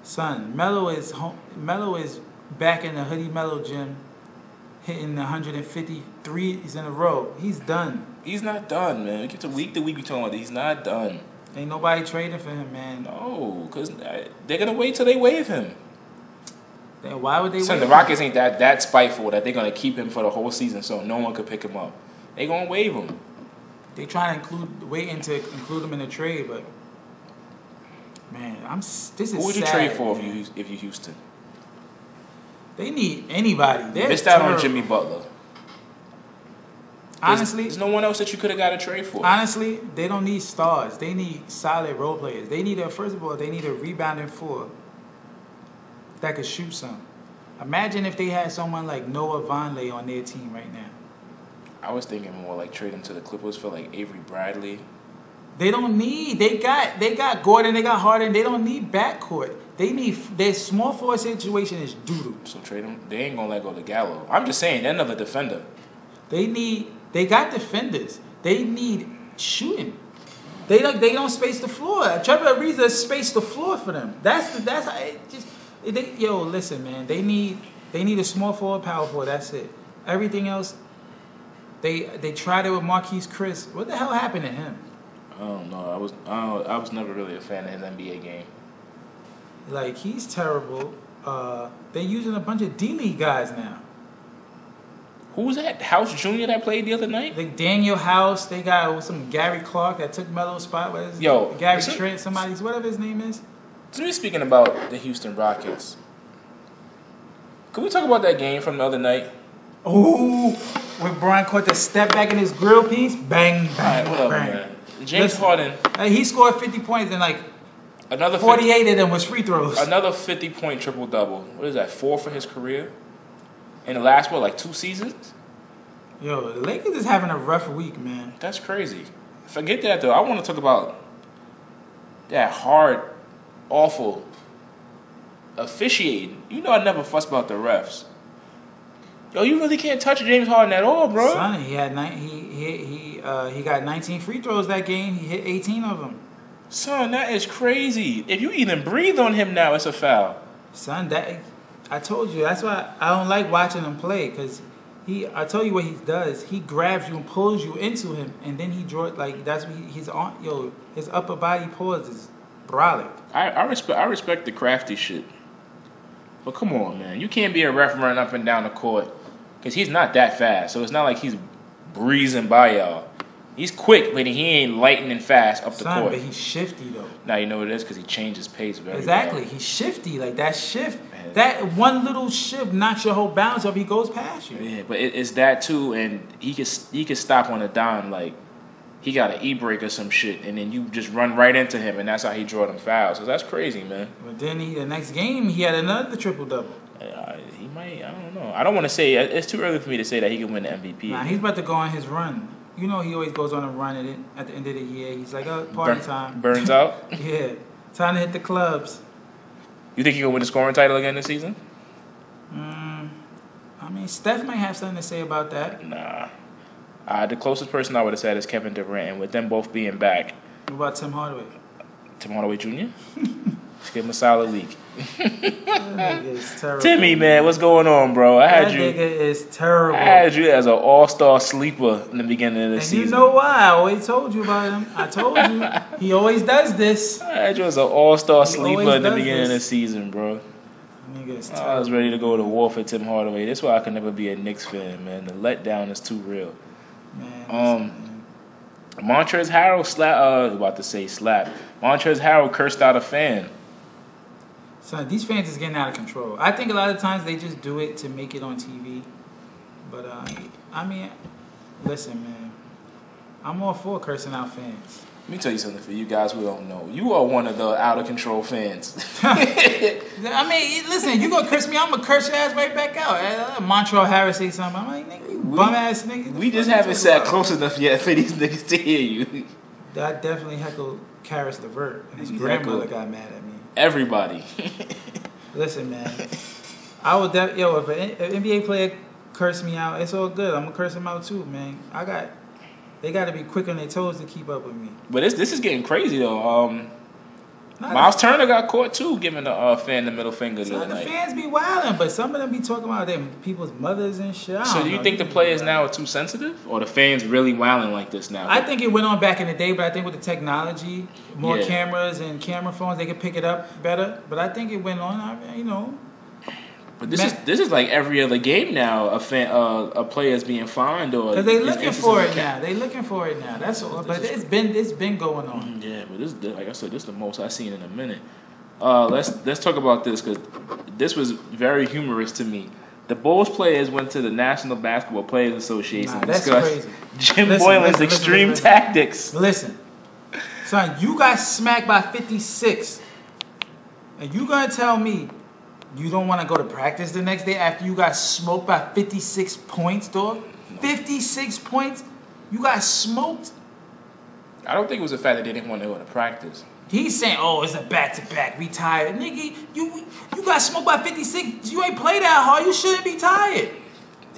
Son, Mello is home, Mello is back in the Hoodie Mello gym, hitting 153 is in a row. He's done.
He's not done, man. We get to week to week we talking about that. He's not done.
Ain't nobody trading for him, man.
No, because they're gonna wait till they waive him.
Then why would they?
Son,
wait
the
for him?
Rockets ain't that that spiteful that they're gonna keep him for the whole season, so no one could pick him up. They gonna waive him.
They trying to include, waiting to include him in the trade, but man, I'm s- this is.
Who would you
sad,
trade for if
man.
you if you Houston?
They need anybody. They're
Missed out on
terrible.
Jimmy Butler. There's-
Honestly,
there's no one else that you could have got a trade for.
honestly, they don't need stars. They need solid role players. They need a first of all, they need a rebounding four that could shoot some. Imagine if they had someone like Noah Vonleh on their team right now.
I was thinking more like trade him to the Clippers for like Avery Bradley.
They don't need. They got. They got Gordon. They got Harden. They don't need backcourt. They need. Their small forward situation is doodle.
So trade him. They ain't gonna let go to Gallo. I'm just saying, they're another defender.
They need. They got defenders. They need shooting. They don't. They don't space the floor. Trevor Ariza spaced the floor for them. That's the. That's how it just. It, they, yo, listen, man. They need. They need a small forward, power forward. That's it. Everything else. They they tried it with Marquise Chris. What the hell happened to him?
I don't know. I was I, don't, I was never really a fan of his NBA game.
Like he's terrible. Uh, they're using a bunch of D League guys now.
Who was that? House Junior that played the other night?
Like Daniel House, they got some Gary Clark that took Melo's spot. What is his
Yo,
name? Gary
is it-
Trent, somebody's whatever his name is.
So we're speaking about the Houston Rockets. Can we talk about that game from the other night?
Ooh, when Brian caught the step back in his grill piece, bang,
All right,
bang,
whatever,
bang.
man. James
Listen.
Harden,
Like, he scored 50 points and like
another 50,
48 of them was free throws.
another fifty point triple double. What is that? Four for his career. In the last what, like two seasons?
Yo, the Lakers is having a rough week, man.
That's crazy. Forget that though. I want to talk about that hard, awful officiating. You know, I never fuss about the refs. Yo, you really can't touch James Harden at all, bro.
Son, he had nine, he he he uh, he got 19 free throws that game. He hit 18 of them.
Son, that is crazy. If you even breathe on him now, it's a foul.
Son, that I told you. That's why I don't like watching him play because he. I tell you what he does. He grabs you and pulls you into him, and then he draws like that's what he, his on yo his upper body pause is brolic.
I, I respect I respect the crafty shit. But come on, man. You can't be a ref running up and down the court. Cause he's not that fast. So it's not like he's breezing by y'all. He's quick, but he ain't lightning fast up the
Son,
court.
but he's shifty though.
Now you know what it is because he changes pace very well.
Exactly, he's shifty. Like that shift,
Man.
that one little shift knocks your whole balance off. He goes past you.
Yeah, but it, it's that too, and he could he could stop on a dime like he got an e break or some shit, and then you just run right into him, and that's how he draw them fouls. So that's crazy, man.
But then he, the next game, he had another triple double.
Uh, he might I don't know. I don't want to say it's too early for me to say that he can win the MVP.
Nah, he's about to go on his run. You know, he always goes on a run at, it, at the end of the year. He's like, oh, party
Burn-
time.
burns out.
Yeah, time to hit the clubs.
You think he can win the scoring title again this season?
Mm, I mean, Steph might have something to say about that.
Nah. Uh, the closest person I would have said is Kevin Durant, and with them both being back,
What about Tim Hardaway?
Tim Hardaway Jr. Just give him a solid week.
That nigga is terrible.
Timmy, man, what's going on, bro? I
that
had you.
nigga is terrible.
I had you as an all-star sleeper in the beginning of the
and
season.
you know why? I always told you about him. I told you. he always does this.
I had you as an all-star
He
sleeper
always
in the
does
beginning of the
this.
season, bro.
Nigga is
I
terrible.
was ready to go to war for Tim Hardaway. That's why I could never be a Knicks fan, man. The letdown is too real.
man,
Um, Montrez Harrell slap. Uh, I was about to say slap. Montrez Harrell cursed out a fan.
Son, these fans is getting out of control. I think a lot of times they just do it to make it on TV. But uh, I mean, listen, man, I'm all for cursing out fans.
Let me tell you something for you guys who don't know. You are one of the out of control fans.
I mean, listen, you gonna curse me, I'm gonna curse your ass right back out. Eh, Montreal Harris say uh, something. I'm like, nigga, you
we,
Bum ass nigga. the
we
fuck
just
you
haven't
talking
sat
about?
close enough yet for these niggas to hear you.
I definitely heckled Karis LeVert, and his
You
grandmother
heckled.
got mad at me.
Everybody.
Listen, man, I would def- yo if an N- NBA player curse me out, it's all good. I'm gonna curse him out too, man. I got they got to be quick on their toes to keep up with me.
But this this is getting crazy though. Um,
Not
Miles Turner got caught too, giving the uh, fan the middle finger the
Some
other
of the
night.
fans be wilding, but some of them be talking about them people's mothers and shit. I
So
don't
do you
know.
think the players now are too sensitive, or the fans really wilding like this now?
I think it went on back in the day, but I think with the technology, more
Yeah.
cameras and camera phones, they could pick it up better. But I think it went on. I, you know,
But this
Ma-
is this is like every other game now. A fan, uh, a player's being fined or
because they
is
looking
instances
for
of
it
ca-
now. They looking for it now. That's all.
This
But
is-
it's been it's been going on.
Yeah, but this like I said, this is the most I've seen in a minute. Uh, let's let's talk about this because this was very humorous to me. The Bulls players went to the National Basketball Players Association
Nah,
and
that's
discussed
crazy.
Jim
Listen,
Boylan's
listen, listen,
extreme
listen.
tactics.
Listen, son, you got smacked by 56. And you gonna tell me you don't wanna go to practice the next day after you got smoked by 56 points, dog? 56 points? You got smoked?
I don't think it was the fact that they didn't want to go to practice.
He's saying, oh, it's a back to back. We tired. Nigga, you you got smoked by 56. You ain't played that hard. You shouldn't be tired.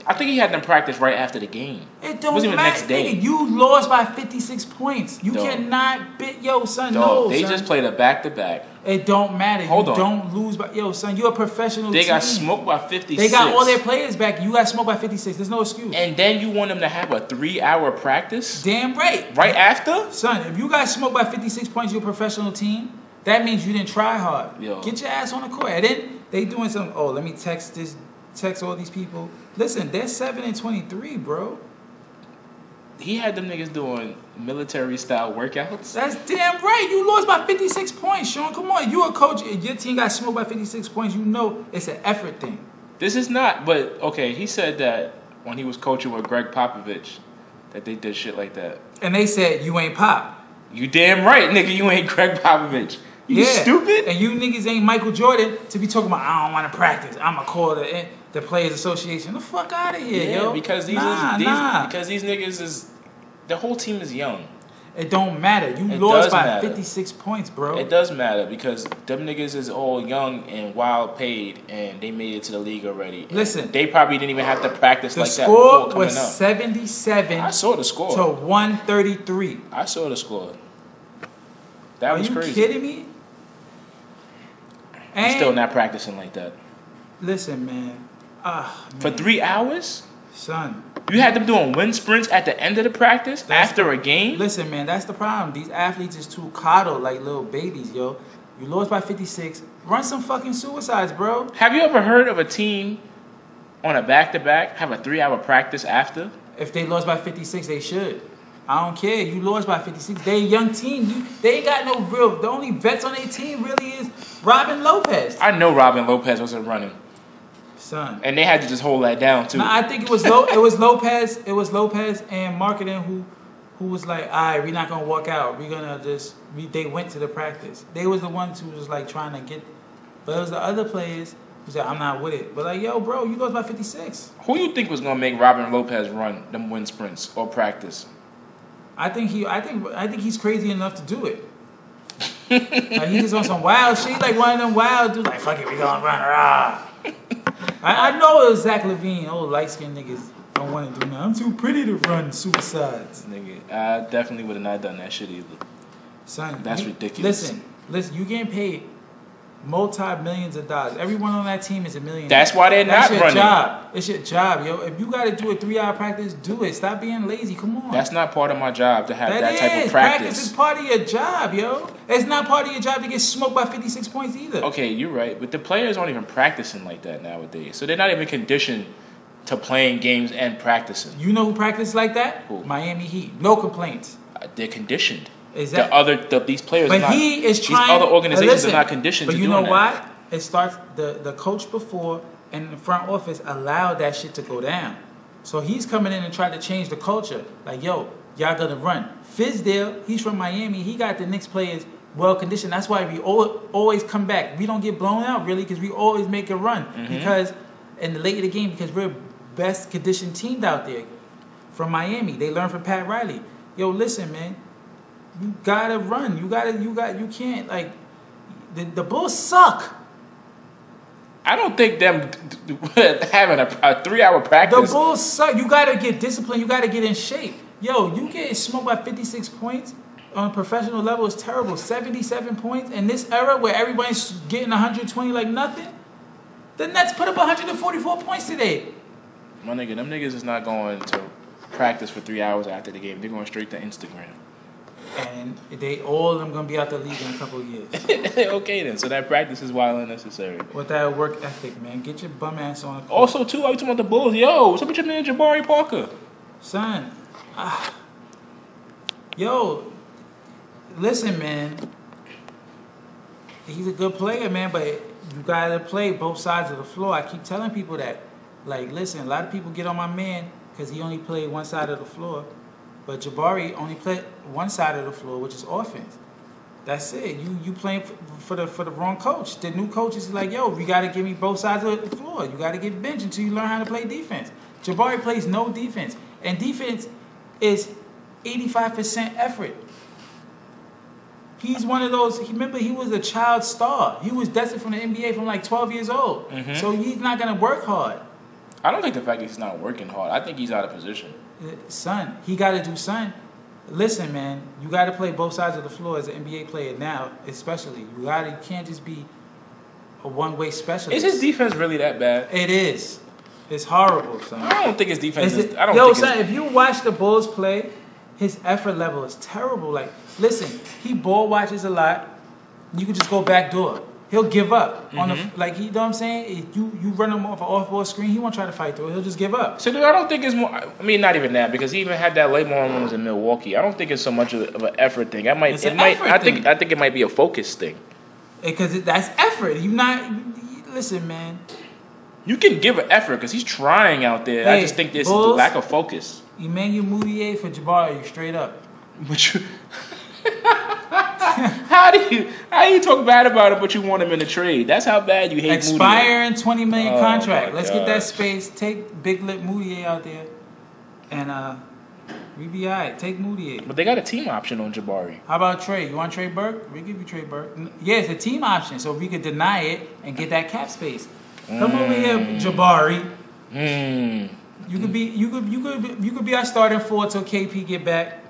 I think he had them practice right after the game.
It don't
Wasn't
matter.
even the next day.
Nigga, you lost by 56 points. You
Dog.
cannot bit yo son.
Dog,
no,
they
son.
just played a back to back.
It don't matter.
Hold
you
on.
don't lose by yo son. You're a professional.
They got
team.
smoked by fifty.
They got all their players back. You got smoked by 56. There's no excuse.
and then you want them to have a three-hour practice
Damn right,
right after.
son. If you got smoked by 56 points, you're a professional team. That means you didn't try hard.
Yo.
Get your ass on the court. And then they doing some. Oh, let me text this. Text all these people. Listen, they're seven and 23, bro.
He had them niggas doing military-style workouts.
That's damn right. You lost by 56 points, Sean. Come on. You a coach. If your team got smoked by 56 points, you know it's an effort thing.
This is not, but okay, he said that when he was coaching with Greg Popovich, that they did shit like that.
And they said you ain't pop.
You damn right, nigga, you ain't Greg Popovich. You stupid.
And you niggas ain't Michael Jordan to be talking about I don't want to practice. I'ma call the eh, the Players Association. The fuck out of here, yo.
because these,
nah,
is, these
nah.
because these niggas is the whole team is young.
it don't matter. You
It
lost
does
by
matter.
56 points, bro.
It does matter because them niggas is all young and wild paid, and they made it to the league already. And
Listen.
they probably didn't even have to practice
the
like that
score
before coming
was
up.
77
I saw the score.
to 133.
I saw the score. That
Are
was
you
crazy.
kidding me?
I'm
And
still not practicing like that
listen, man. Ah,
for
man.
three hours.
son.
You had them doing wind sprints at the end of the practice
That's-
after a game.
Listen, man, that's the problem. These athletes is too coddled like little babies, yo. You lost by 56. Run some fucking suicides, bro.
Have you ever heard of a team on a back to back have a three hour practice after?
If they lost by 56, they should. I don't care. You lost by 56. They a young team. You, they ain't got no real. The only vets on their team really is Robin Lopez.
I know Robin Lopez wasn't running,
Son.
and they had to just hold that down too.
No, I think it was Lo- it was Lopez. It was Lopez and marketing who who was like, all right, we're not gonna walk out. We're gonna just we, they went to the practice. They was the ones who was like trying to get but it was the other players who said, I'm not with it. But like, yo, bro, you lost by fifty six.
Who you think was gonna make Robin Lopez run them wind sprints or practice?
I think he I think I think he's crazy enough to do it. like he just on some wild shit, He like one of them wild dudes, like fuck it, we gonna run rah. I, I know it was Zach Levine, old light skinned niggas don't wanna do nothing. I'm too pretty to run suicides.
Nigga, I definitely would have not done that shit either.
Son,
That's
you-
ridiculous.
Listen, listen, you getting paid multi millions of dollars. Everyone on that team is a millionaire.
That's why they're
That's
not
your
running.
job. It's your job, yo. If you gotta do a three hour practice, do it. Stop being lazy. Come on.
That's not part of my job to have that,
is.
type of
is
practice.
part of your job, yo. It's not part of your job to get smoked by fifty six points either.
Okay, you're right, but the players aren't even practicing like that nowadays, so they're not even conditioned to playing games and practicing.
You know who practiced like that?
Who?
Miami Heat. No complaints.
Uh, They're conditioned.
Exactly.
The other the, these players, are
But
not,
he is
these
trying.
other organizations
listen,
are not conditioned.
But
to
you
doing
know
that.
why? It starts the the coach before and the front office allowed that shit to go down. So he's coming in and trying to change the culture. Like yo, y'all gonna run. Fizdale, he's from Miami. He got the Knicks players well conditioned. That's why we al- always come
Mm-hmm.
back. We don't get blown out really because we always make a run because in the late of the game because we're best conditioned team out there from Miami. They learned from Pat Riley. Yo, listen, man, you gotta run. You gotta. You got. You can't like. The, the Bulls suck.
I don't think them having a, a three-hour
The
practice.
Bulls suck. You gotta get disciplined. You gotta get in shape. Yo, you getting smoked by 56 points on a professional level is terrible. 77 points in this era where everybody's getting 120 like nothing. The Nets put up 144 points today.
My nigga, them niggas is not going to practice for three hours after the game. They're going straight to Instagram.
And they all of them gonna be out the league in a couple of years.
okay then. So that practice is wild and necessary.
With that work ethic, man. Get your bum ass on the court.
Also, too, I was talking about the Bulls. Yo, what's up with your man Jabari Parker?
Son. ah. Yo, listen, man. He's a good player, man, but you gotta play both sides of the floor. I keep telling people that. Like, listen, a lot of people get on my man because he only played one side of the floor. But Jabari only played one side of the floor, which is offense. That's it. You you playing for, for the for the wrong coach. The new coach is like, yo, you got to give me both sides of the floor. You got to get bench until you learn how to play defense. Jabari plays no defense, and defense is eighty five percent effort. He's one of those. he- Remember, he was a child star. He was destined from the NBA from like twelve years old.
Mhm.
So he's not gonna work hard.
I don't think the fact that he's not working hard. I think he's out of position.
son, he got to do son. Listen, man, you got to play both sides of the floor as an NBA player now, especially. You got to, you can't just be a one way specialist.
Is his defense really that bad?
it is. It's horrible, son.
I don't think his defense
Is
is.
it-
I don't
yo,
think
son,
it's,
if you watch the Bulls play, his effort level is terrible. Like, listen, he ball watches a lot. You can just go back door. He'll give up on
Mm-hmm.
the like. You know what I'm saying? If you you run him off an off ball screen, he won't try to fight through it. He'll just give up.
So dude, I don't think it's more. I mean, not even that because he even had that label on when he was in Milwaukee. I don't think it's so much of, of an effort thing. I might.
It's
It
an
might.
effort
I think.
thing.
I think it might be a focus thing.
Because that's effort. You not listen, man.
You can give an effort because he's trying out there. I
Hey,
just think there's a
Bulls.
lack of focus.
Emmanuel Moutier for Jabari, straight up.
But you. how do you how you talk bad about it, but you want him in a trade? That's how bad you hate Moody.
Expiring twenty million
Oh,
contract.
my
Let's get that
gosh.
space. Take Big Lip Moutier out there, and uh, we be alright. Take Moutier.
But they got a team option on Jabari.
How about Trey? You want Trey Burke? We give you Trey Burke. N- Yeah, it's a team option, so we could deny it and get that cap space. Come over here,
Mm.
Jabari.
Hmm.
You could be you could you could you could be our starting four till KP get back.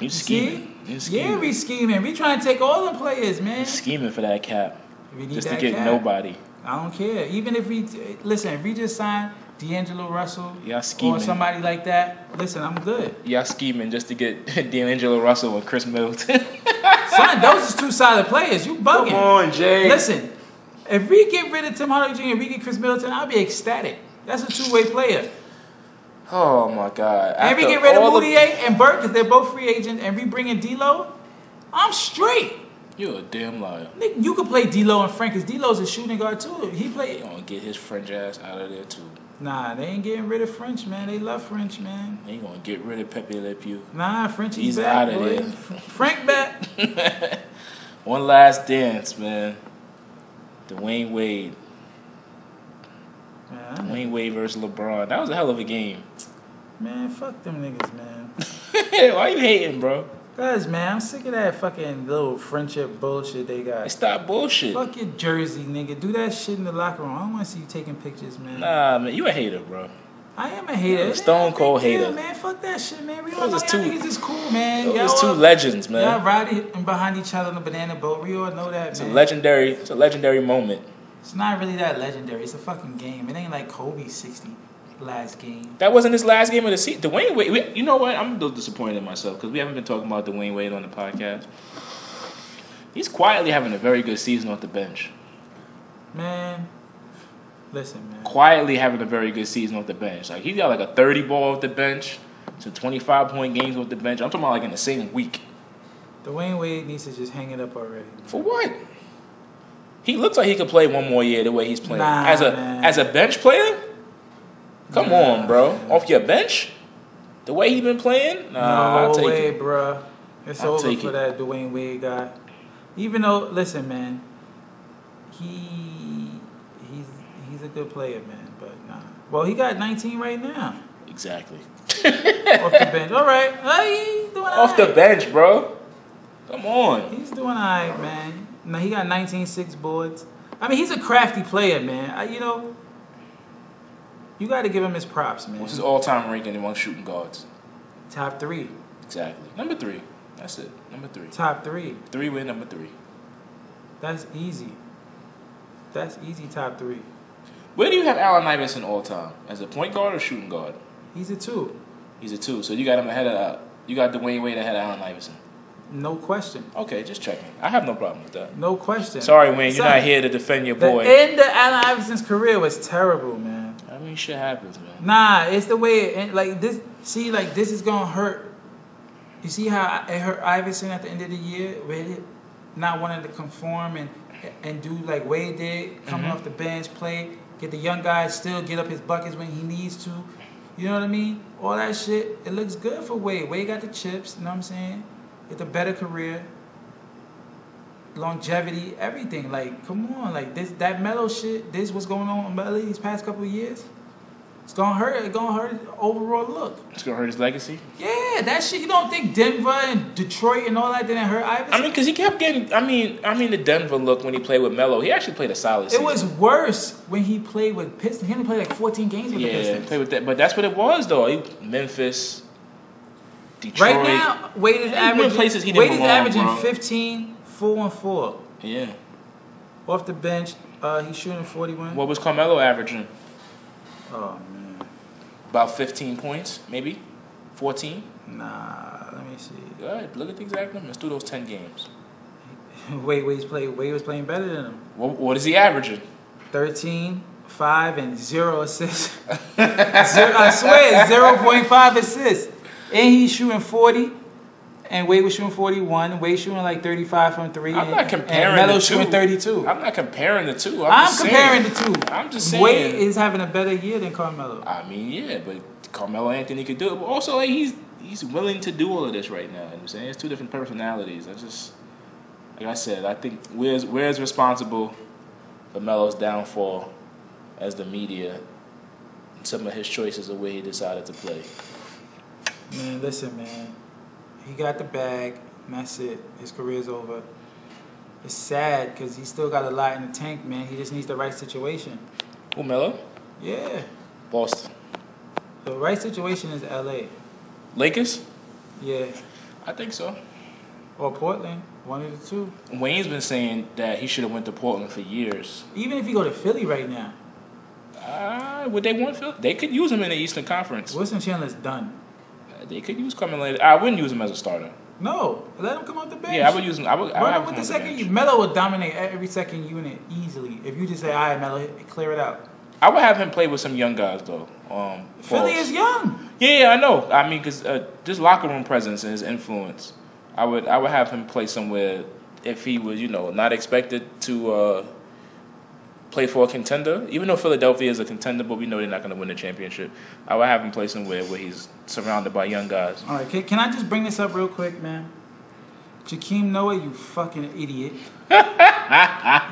You
See?
scheming. You scheming.
Yeah, we scheming. We trying to take all the players,
You
man.
scheming for that cap
We need
just to
that
get
cap.
nobody.
I don't care. Even if we listen, if we just sign D'Angelo Russell
Y'all
or
scheming.
somebody like that, listen, I'm good.
Y'all scheming just to get D'Angelo Russell and Chris Middleton.
Son, those is two solid players. You bugging.
on, Jay.
Listen, if we get rid of Tim Hardaway Jr. and we get Chris Middleton, I'll be ecstatic. That's a two-way player.
Oh my God.
And we
After
get rid of
all
Moutier and Burke because they're both free agents, and we bring in D'Lo, I'm straight.
You're a damn liar.
Nick, You could play D'Lo and Frank because D'Lo's a shooting guard too. He
You
played.
gonna get his French ass out of there too.
Nah, they ain't getting rid of French, man. They love French, man.
They gonna get rid of Pepe Le Pew.
Nah, French is
He's
back.
outta
boy.
there.
Frank back.
One last dance, man. Dwayne Wade.
Man,
Dwayne Wade versus LeBron. That was a hell of a game.
man, fuck them niggas, man.
Why you hating, bro?
Guys, man, I'm sick of that fucking little friendship bullshit they got.
Stop bullshit.
Fuck your jersey, nigga. Do that shit in the locker room. I don't want to see you taking pictures, man.
Nah, man, you a hater, bro.
I am a hater.
You're a
It ain't
stone
no
cold
big deal,
hater.
man. Fuck that shit, man. We all
Those
know
is
y'all
two-
niggas is cool, man.
Those
y'all
two
all-
legends, man.
Y'all riding behind each other on the banana boat. We all know that,
It's a
man.
legendary. It's a legendary moment.
it's not really that legendary. It's a fucking game. It ain't like Kobe's 60 last game.
That wasn't his last game of the season. Dwayne Wade. We, you know what? I'm a little disappointed in myself because we haven't been talking about Dwayne Wade on the podcast. He's quietly having a very good season off the bench.
Man, listen, man.
Quietly having a very good season off the bench. Like he got like a 30 ball off the bench, some 25 point games off the bench. I'm talking about like in the same week.
Dwayne Wade needs to just hang it up already.
For what? He looks like he could play one more year the way he's playing.
Nah,
as a
man.
as a bench player? Come
Nah,
on, bro.
man.
Off your bench? The way he's been playing? Nah,
no
I'll take
way,
it.
bruh. It's
I'll
over
take
for
it.
that Dwayne Wade guy. Even though, listen, man, he he's he's a good player, man. But nah. Well, he got 19 right now
Exactly.
off the bench. All right, hey, he's doing
Off the
alright.
bench, bro. Come on.
He's doing all right, man. Now he got 19 six boards. I mean, he's a crafty player, man. I, you know, you got to give him his props, man.
What's his all-time ranking among shooting guards?
Top three,
Exactly. Number three. That's it. Number three.
top three.
Three win number three.
That's easy. That's easy. Top three.
Where do you have Allen Iverson all time? As a point guard or shooting guard?
He's a two,
He's a two, so you got him ahead of uh, you got Dwayne Wade ahead of Allen Iverson.
no question.
Okay, just checking. I have no problem with that.
No question.
Sorry, Wayne, you're
Son,
not here to defend your
The
boy.
end of Allen Iverson's career was terrible, man.
I mean, shit happens, man.
Nah, it's the way it end, like this. See, like this is gonna hurt. You see how it hurt Iverson at the end of the year with it not wanting to conform and and do like Wade did, coming off the bench, play, get the young guy still get up his buckets when he needs to. You know what I mean? All that shit. It looks good for Wade. Wade got the chips. You know what I'm saying? Get the better career, longevity, everything. Like, come on, like this that mellow shit. This what's going on with Melly these past couple of years. It's gonna hurt. It's gonna hurt his overall look.
It's gonna hurt his legacy.
Yeah, that shit. You don't think Denver and Detroit and all that didn't hurt Iverson?
I mean, because he kept getting. I mean, I mean the Denver look when he played with Melo. He actually played a solid.
it
Season.
was worse when he played with Pistons. He only played like 14 games with the
yeah,
Pistons.
played with that. But that's what it was though. He, Memphis, Detroit.
right now, Wade is
been
averaging.
places he didn't
Wade is
belong,
averaging
bro.
15, 4 and 4
yeah.
off the bench. Uh, he's shooting 41.
What was Carmelo averaging?
Oh man,
About 15 points, maybe 14.
nah. Let me see.
Good. Look at the exact numbers through those 10 games.
Wade, Wade's play. Wade was playing better than him.
What, what is he averaging?
13, 5, and 0 assists. zero, I swear, 0.5 assists. And he's shooting 40, and Wade was shooting 41. Wade shooting like 35 from 3.
I'm
and,
not comparing
And Melo
the two.
shooting 32. I'm,
I'm not comparing the two. I'm, just saying.
comparing the two.
I'm just
Wade
saying.
is having a better year than Carmelo.
I mean, yeah, but Carmelo Anthony could do it. But also, like, he's he's willing to do all of this right now. You know what I'm saying it's two different personalities. I just, like I said, I think we're as- we're as responsible for Melo's downfall as the media. and Some of his choices of where he decided to play.
Man, listen, man. He got the bag, and that's it. His career's over. It's sad because he still got a lot in the tank, man. He just needs the right situation.
Who Melo?
Yeah.
Boston
The right situation is LA.
Lakers?
Yeah.
I think so.
or Portland, one of the two.
Wayne's been saying that he should have went to Portland for years.
Even if you go to Philly right now,
Uh, would they want Phil? They could use him in the Eastern Conference.
Wilson Chandler's done.
Uh, They could use Carmelo. I wouldn't use him as a starter.
No, let him come off the bench.
Yeah, I would use him. I would. I would
Run
have
him
him
with the
on
second.
bench.
unit. Melo will dominate every second unit easily if you just say, "All right, Melo, clear it out."
I would have him play with some young guys though. Um,
Philly
Pauls.
is young.
Yeah, yeah, I know. I mean, cause uh, just locker room presence and his influence. I would. I would have him play somewhere if he was, you know, not expected to. Uh, Play for a contender, even though Philadelphia is a contender, but we know they're not going to win the championship. I would have him play somewhere where he's surrounded by young guys.
All right, can, can I just bring this up real quick, man? Jakeem Noah, you fucking idiot.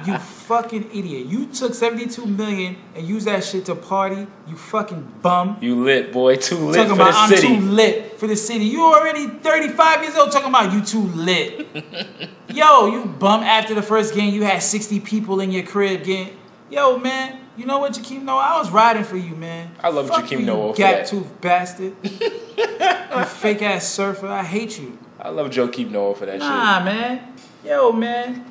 you fucking idiot. You took 72 million and used that shit to party. You fucking bum.
You lit, boy, too lit
talking
for
about
the
I'm
city.
too lit for the city. You already 35 years old talking about you too lit. Yo, you bum after the first game, you had 60 people in your crib getting. Yo, man, you know what, Jakeem Noah? I was riding for you, man.
I love
Fuck
Jakeem
you, you
Noah for
Gap
that.
tooth bastard. you fake ass surfer. I hate you.
I love Joe Keep Noah for that
Nah, man. Yo, man.
shit.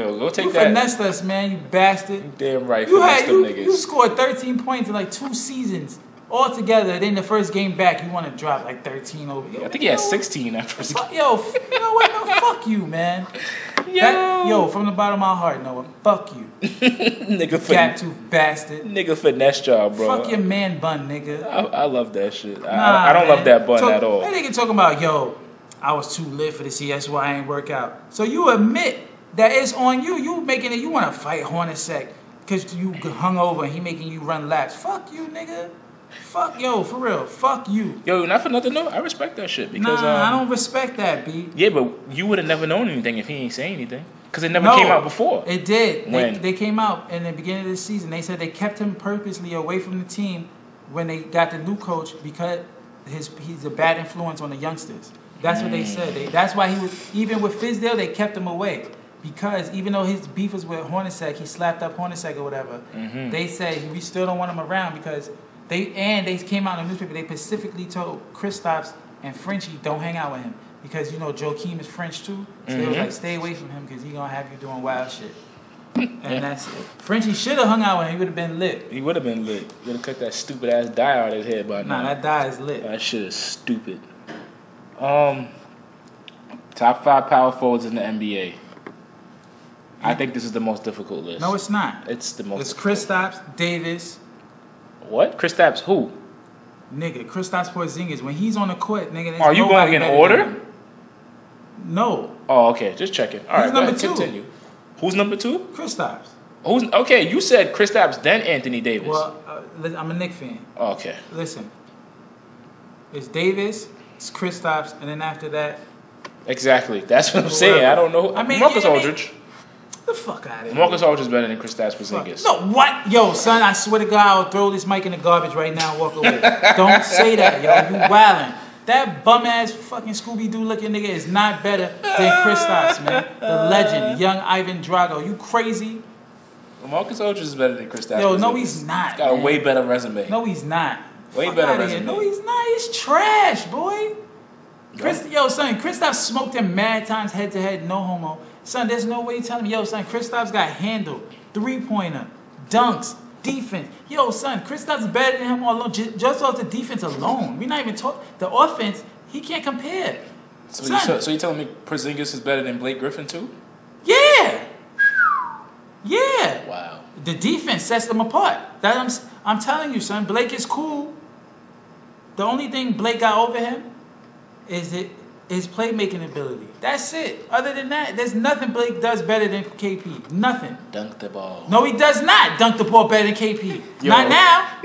Yo, go
you
take that.
finessed us, man, you bastard.
Damn right,
You
for
had
them
you,
niggas.
you scored 13 points in like two seasons altogether. Then the first game back, you want to drop like 13 over. Yo,
I think
man,
he had
yo,
16 at first.
Fuck, yo, f- you know what? No, fuck you, man. That- yo, from the bottom of my heart, Noah, fuck you,
nigga,
gap
fin-
tooth bastard.
nigga finesse job, bro.
Fuck your man bun, nigga.
I, I love that shit. I-
Nah,
I, I don't
man.
love that button
Talk-
at all.
That nigga talking about yo, I was too lit for this. year, That's why I ain't work out. So you admit that it's on you. You making it. You want to fight Hornacek because you hung over. and He making you run laps. Fuck you, nigga. Fuck yo, for real. Fuck you.
Yo, not for nothing, though. I respect that shit because,
nah,
um,
I don't respect that, b.
yeah, but you would have never known anything if he ain't say anything. Because it never came out before.
It did. They,
When?
they came out in the beginning of the season. They said they kept him purposely away from the team when they got the new coach because his he's a bad influence on the youngsters. That's what they said. They, that's why he was even with Fizdale. They kept him away because even though his beef was with Hornacek, he slapped up Hornacek or whatever. They said we still don't want him around because they and they came out in the newspaper. They specifically told Kristaps and Frenchie don't hang out with him because you know Joakim is French too. So they was
Mhm.
like stay away from him because he gonna have you doing wild shit. And that's it. Frenchie should have hung out with him. He would have been lit.
He would have been lit. Would have cut that stupid ass dye out of his head by now.
Nah, that die is lit.
That shit is stupid. Um, top five power forwards in the NBA. I think this is the most difficult list.
No, it's not.
it's the most.
It's Kristaps, Davis,
what? Chris Stapps, who?
nigga. Kristaps Porzingis. When he's on the court, nigga. there's
Are you
nobody
going in
better than
order?
him. No,
Oh, okay. Just checking. All right.
Who's
go
number
ahead,
two?
Continue. Who's number two?
Kristaps.
Who's okay? You said Chris Stapps, then Anthony Davis.
Well, uh, li- I'm a Knicks fan.
okay.
Listen, it's Davis, it's Kristaps, and then after that,
Exactly. That's what I'm saying.
Whoever.
I don't know.
I mean,
Marcus
I mean-
Aldridge.
the fuck out of here.
Marcus Aldridge is better than Chris Stapps Porzingis.
No, what? Yo, son, I swear to God, I'll throw this mic in the garbage right now and walk away. Don't say that, yo. You wildin'. That bum ass fucking Scooby Doo looking nigga is not better than Kristaps, man. The legend, young Ivan Drago. You crazy?
Marcus Aldridge is better than Chris Stapps.
Yo, no,
Porzingis.
he's not,
He's got
man.
a way better resume.
No, he's not.
Way
Fuck
better
outta here.
resume.
No, he's not. He's trash, boy. Chris, yo, son, Kristaps smoked him mad times head to head, no homo. Son, there's no way you tell him, yo, son, Kristaps got handle, three pointer, dunks, defense. Yo, son, Kristaps better than him all alone, ju- just off the defense alone. We're not even talking the offense. He can't compare.
So,
Son.
you, so, so you telling me Porzingis is better than Blake Griffin too?
Yeah, yeah.
Wow.
The defense sets them apart. That I'm, I'm telling you, son. Blake is cool. The only thing Blake got over him is it his playmaking ability. That's it. Other than that, there's nothing Blake does better than KP. Nothing.
Dunk the ball.
No, he does not dunk the ball better than KP.
Yo.
Not now.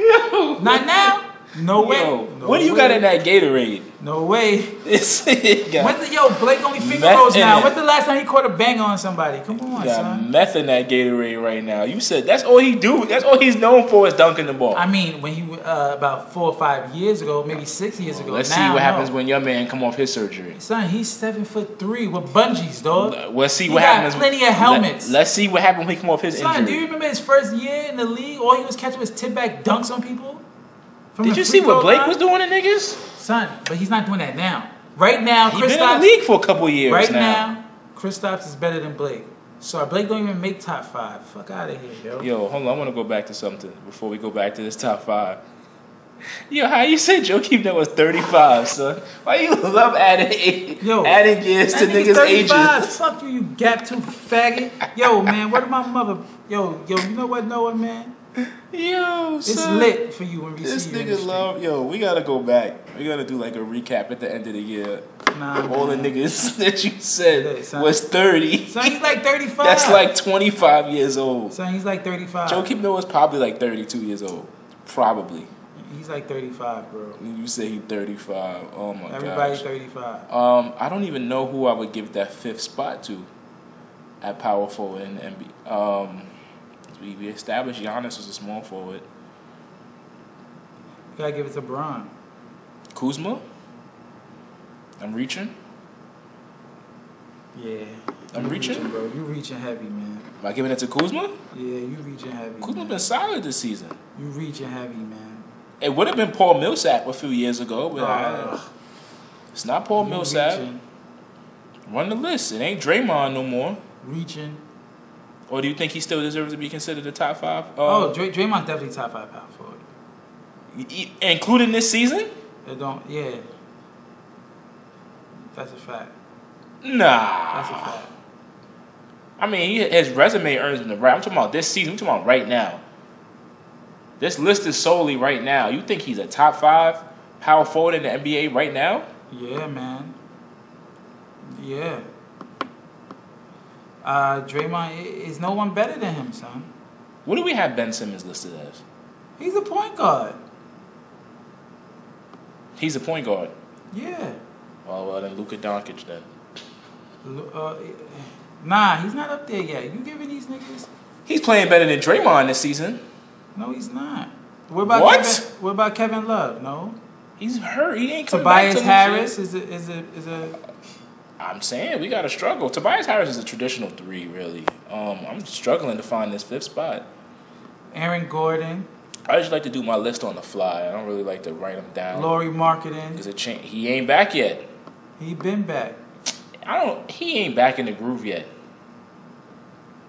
Not now. No way.
Yo,
No
what do you
way.
got in that Gatorade?
No way.
It's it
When
got,
the, yo, Blake only finger
Meth
rolls
in
now.
it.
When's the last time he caught a bang on somebody? Come on,
got
son.
meth in that Gatorade right now. You said that's all he do. That's all he's known for is dunking the ball.
I mean, when he uh, about four or five years ago, maybe six years ago.
Let's see
now,
what happens
no.
when your man come off his surgery.
Son, he's seven foot three with bungees, dog.
Let's see
He
what
got
happens.
plenty of helmets.
Let, us see what happens when he come off his
Son, do
injury.
you remember his first year in the league? All he was catching was tip back dunks on people. From
Did
the
you see
free
what
throw
Blake
line?
was doing to niggas?
Son, but he's not doing that now. Right now,
He's been in the
Kristaps.
league for a couple years
Right
now.
now, Kristaps is better than Blake. So Blake don't even make top five. Fuck out of here, yo.
Yo, hold on. I want to go back to something before we go back to this top five. Yo, how you said Joakim that was 35, son? Why you love adding
Yo,
adding years
That
to
nigga's
niggas' ages?
Fuck you, you gap tooth faggot. Yo, man, what did my mother? Yo, yo, you know what, Noah, man?
Yo,
It's
son.
lit for you when we
This
see you. in
nigga
the
love. Yo, we gotta go back. We gotta do like a recap at the end of the year.
street. Nah,
All the
man.
niggas that you said
Mm-hmm. Hey, son.
was 30.
Son, he's like 35.
That's like 25 years old.
Son, he's like 35.
Joakim Noah was probably like 32 years old. Probably.
He's like 35, bro.
You say he 35. Oh my
Everybody
gosh.
35.
Um, I don't even know who I would give that fifth spot to at power forward in the NBA. Um, we, we established Giannis was a small forward.
You gotta give it to Bron.
Kuzma? I'm reaching.
Yeah.
I'm
You
reaching?
bro. You reaching heavy, man.
Am I giving it to Kuzma?
Yeah, you reaching heavy.
Kuzma
man.
been solid this season.
You reaching heavy, man.
It would have been Paul Millsap a few years ago, but
Ugh.
I, it's not Paul
You
Millsap.
Reaching,
Run the list. It ain't Draymond no more.
reaching.
Or do you think he still deserves to be considered a top five? Um,
Oh, Dray- Draymond's definitely top five power forward.
y- y- including this season?
It don't. Yeah. That's a fact. That's a
Nah.
fact.
I mean, he, his resume earns him the right. I'm talking about this season. I'm talking about right now. This list is solely right now. You think he's a top five power forward in the NBA right now?
Yeah, man. Yeah. Uh, Draymond i- is no one better than him, son.
What do we have Ben Simmons listed as?
He's a point guard.
He's a point guard.
Yeah.
Oh well, then Luka Doncic then.
L- Uh, Nah, he's not up there yet. You giving these niggas?
He's playing better than Draymond this season.
No, he's not. What about
What?
Kevin, what about Kevin Love? No.
He's hurt. He ain't coming back
Tobias
till
Harris
next year.
is a is a is a
I'm saying we got to struggle. Tobias Harris is a traditional three, really. Um, I'm struggling to find this fifth spot.
Aaron Gordon,
I just like to do my list on the fly. I don't really like to write them down.
Laurie Marketing.
Is it change? He ain't back yet.
He been back.
I don't. He ain't back in the groove yet.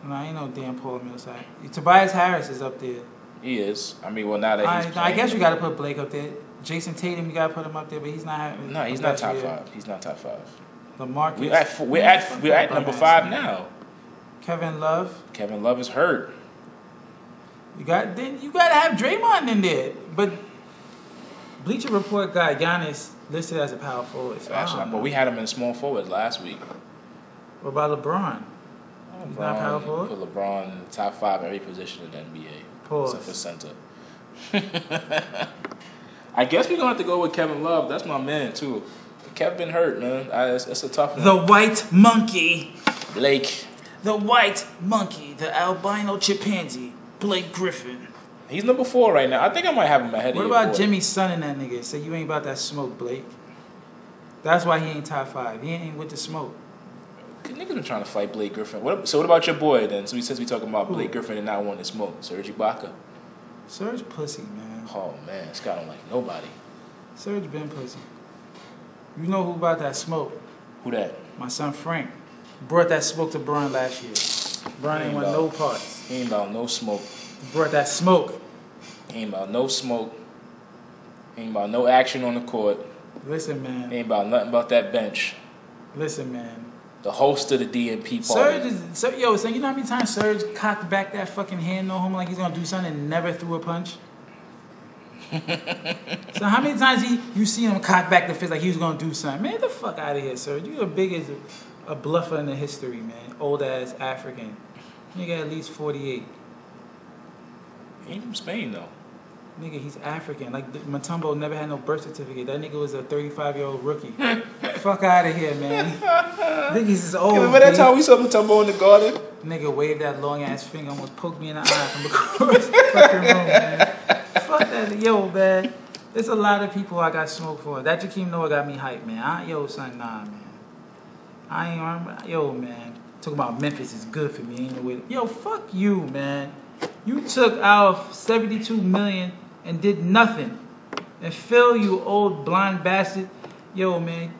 No, I ain't no damn Paul Millsap. Tobias Harris is up there.
He is. I mean, well, now that
I,
he's
I
playing-
guess you got to put Blake up there. Jason Tatum, you got to put him up there, but he's not having.
No, he's
the
not
best
top
year.
five. He's not top five.
The market.
We're at we're at we're at number five now.
Kevin Love.
Kevin Love is hurt.
You got then you gotta have Draymond in there. But Bleacher Report got Giannis listed as a power forward. So I
Actually,
don't know.
but we had him in small forward last week.
what about LeBron? He's not power forward?
Put LeBron in the top five every position in the NBA.
Pause.
Except for center. I guess we're gonna have to go with Kevin Love. That's my man too. Kevin been hurt, man. I, it's, it's a tough one.
The white monkey.
Blake,
The white monkey, the albino chimpanzee, Blake Griffin.
he's number four right now. I think I might have him ahead
What
of
about
your boy.
Jimmy's son and that nigga? Say you ain't about that smoke, Blake. That's why he ain't top five. He ain't with the smoke.
Niggas been trying to fight Blake Griffin. What, so what about your boy then? So we, since we talking about
Who?
Blake Griffin and not wanting to smoke, Serge Ibaka.
Serge pussy, man.
Oh man, Scott don't like nobody.
Serge been pussy. You know who about that smoke?
Who that?
My son Frank brought that smoke to Brian last year. Brian ain't want no parts.
He ain't about no smoke.
Brought that smoke.
He ain't about no smoke. He ain't about no action on the court.
Listen,
He
man.
ain't about nothing about that bench.
Listen, man.
The host of the DNP party.
Serge is so, yo. So you know how many times Serge cocked back that fucking hand on him like he's gonna do something and never threw a punch. so how many times he you see him cock back the fist like he was gonna do something? Man, get the fuck out of here, Serge. You the biggest a bluffer in the history, man. Old ass African. Nigga at least forty eight.
he ain't from Spain though.
Nigga, he's African. Like th- Matumbo never had no birth certificate. That nigga was a 35 year old rookie. Fuck out of here, man. Niggas is old.
Remember that
B.
time we saw Matumbo in the garden?
Nigga waved that long ass finger, almost poked me in the eye from across the fucking room, man. Fuck that, yo, man. There's a lot of people I got smoke for. That Jakeem Noah got me hyped, man. I, yo, son, nah, man. I ain't, I'm, yo, man. Talking about Memphis is good for me. Ain't no way. Yo, fuck you, man. You took our 72 million and did nothing. And Phil, you old blind bastard. Yo, man.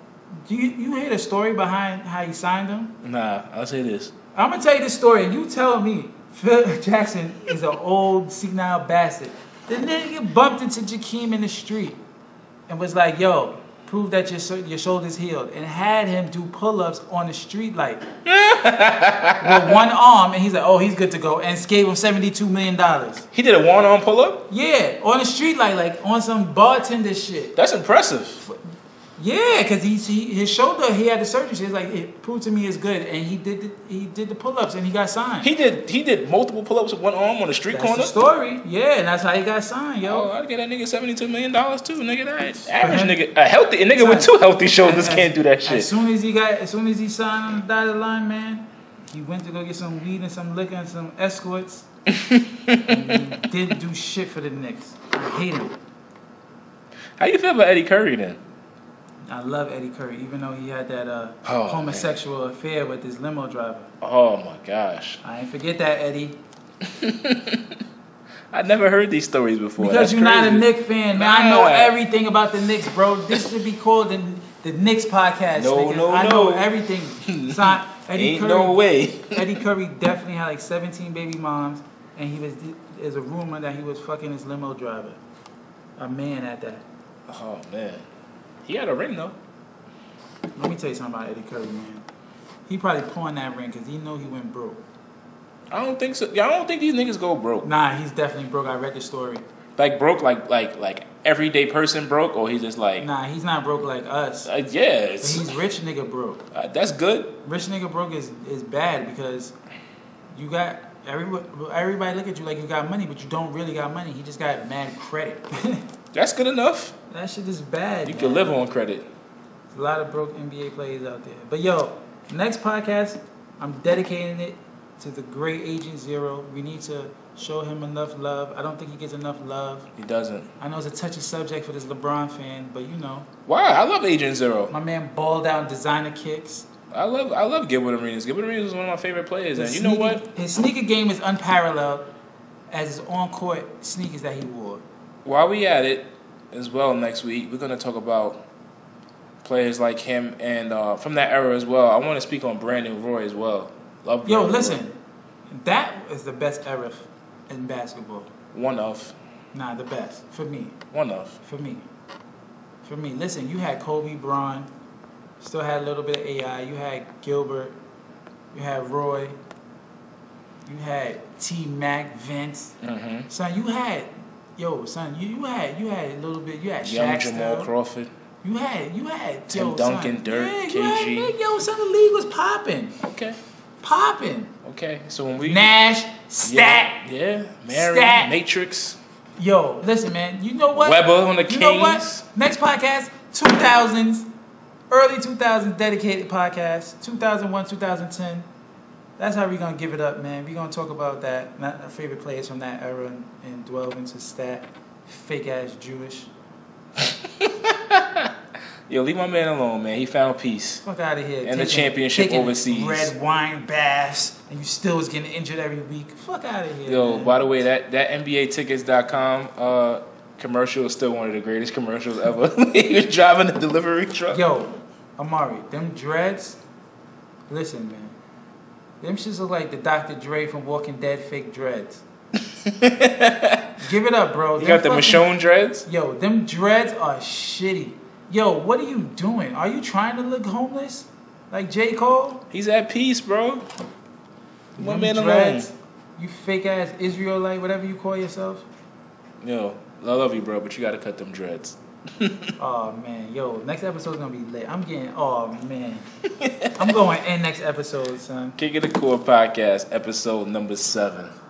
Do you, you hear the story behind how he signed him?
Nah, I'll say this.
I'm gonna tell you this story, and you tell me Phil Jackson is an old senile bastard. The nigga bumped into Jakeem in the street and was like, "Yo, prove that your sho- your shoulders healed," and had him do pull-ups on the street like with one arm, and he's like, "Oh, he's good to go," and gave him seventy-two million dollars.
He did a one arm pull up?
Yeah, on the street like like on some bartender shit.
That's impressive.
Yeah, because he, he his shoulder he had the surgery. He's like it proved to me it's good, and he did the, he did the pull ups and he got signed.
He did he did multiple pull ups with one arm on the street
that's
corner.
the story. Yeah, and that's how he got signed,
Oh,
yo.
I'd get that nigga seventy-two million dollars too, nigga. That average nigga, a healthy a nigga with two healthy shoulders
As-
can't do that
As
shit.
soon as he got, as soon as he signed on the dotted line, man, he went to go get some weed and some liquor and some escorts. and he didn't do shit for the Knicks. I hate him.
How you feel about Eddie Curry then?
I love Eddie Curry, even though he had that uh,
Oh, man.
homosexual affair with his limo driver.
Oh my gosh,
I ain't forget that, Eddie.
I never heard these stories before.
Because
That's
you're not a
crazy.
Knicks fan, man. I know
Nah.
everything about the Knicks, bro. This should be called the the Knicks podcast.
No,
nigga.
no,
I know
no.
everything. Si- Eddie
Ain't
Curry,
no way.
Eddie Curry definitely had like 17 baby moms, and he was there's a rumor that he was fucking his limo driver, a man at that.
Oh man, he had a ring though.
Let me tell you something about Eddie Curry, man. He probably pawned that ring because he knew he went broke.
I don't think so. Yeah, I don't think these niggas go broke.
Nah, he's definitely broke. I read the story.
Like broke, like like like everyday person broke, or he's just like,
Nah, he's not broke like us.
uh, yeah,
But
it's,
he's rich nigga broke.
uh, that's good.
Rich nigga broke is, is bad because you got everybody, everybody look at you like you got money, but you don't really got money. He just got mad credit.
That's good enough.
that shit is bad.
You
man.
can live on credit.
There's a lot of broke NBA players out there. But yo, next podcast, I'm dedicating it to the great Agent Zero. We need to show him enough love. I don't think he gets enough love.
He doesn't.
I know it's a touchy subject for this LeBron fan, but you know,
Why? I love Agent Zero.
my man balled out in designer kicks.
I love I love Gilbert Arenas. Gilbert Arenas is one of my favorite players, and
His
you know
sneaker-
what?
His sneaker game is unparalleled as his on court sneakers that he wore.
While we at it, as well next week, we're gonna talk about players like him and uh, from that era as well. I want to speak on Brandon Roy as well. Love.
Yo,
Brandon
listen, that is the best era f- in basketball.
Roy. One of,
Nah, the best for me.
one of.
For me. For me. Listen, you had Kobe Braun, still had a little bit of AI, you had Gilbert, you had Roy, you had T Mac, Vince.
Mm-hmm.
Son, you had yo, son, you, you had you had a little bit you had
Young
Shaq
Jamal
still.
Crawford.
You had you had
Tim
yo,
Duncan,
son.
Dirk,
yeah,
KG.
You had, yo, son, the league was popping.
Okay,
Popping.
okay. So when we
Nash, Stat.
yeah, yeah, Mary,
Stat.
Matrix,
Yo, listen, man. You know what?
Weber on the
You know
Kings.
what? Next podcast, 2000s, early 2000s dedicated podcast, 2001, 2010. That's how we're going to give it up, man. We're going to talk about that, not our favorite players from that era, and, and dwell into stat, fake ass Jewish.
Yo, leave my man alone, man. He found peace.
Fuck out of here.
And the championship
taking
overseas.
Red wine baths, and you still was getting injured every week. Fuck out of here.
Yo,
man.
by the way, that that NBAtickets.com uh, commercial is still one of the greatest commercials ever. he was driving a delivery truck.
Yo, Amari, them dreads. Listen, man. Them shits look like the Dr. Dre from Walking Dead fake dreads. Give it up, bro.
you
Them
got the
fucking-
Michonne dreads.
Yo, them dreads are shitty. Yo, what are you doing? Are you trying to look homeless? Like J. Cole?
He's at peace, bro. Leave My
Them
man
dreads, You fake ass Israelite, whatever you call yourself.
alone. Yo, I love you, bro, but you gotta cut them dreads.
Oh man, yo, next episode's gonna be lit. I'm getting oh man. I'm going in next episode, son.
Kick it the core podcast, episode number seven.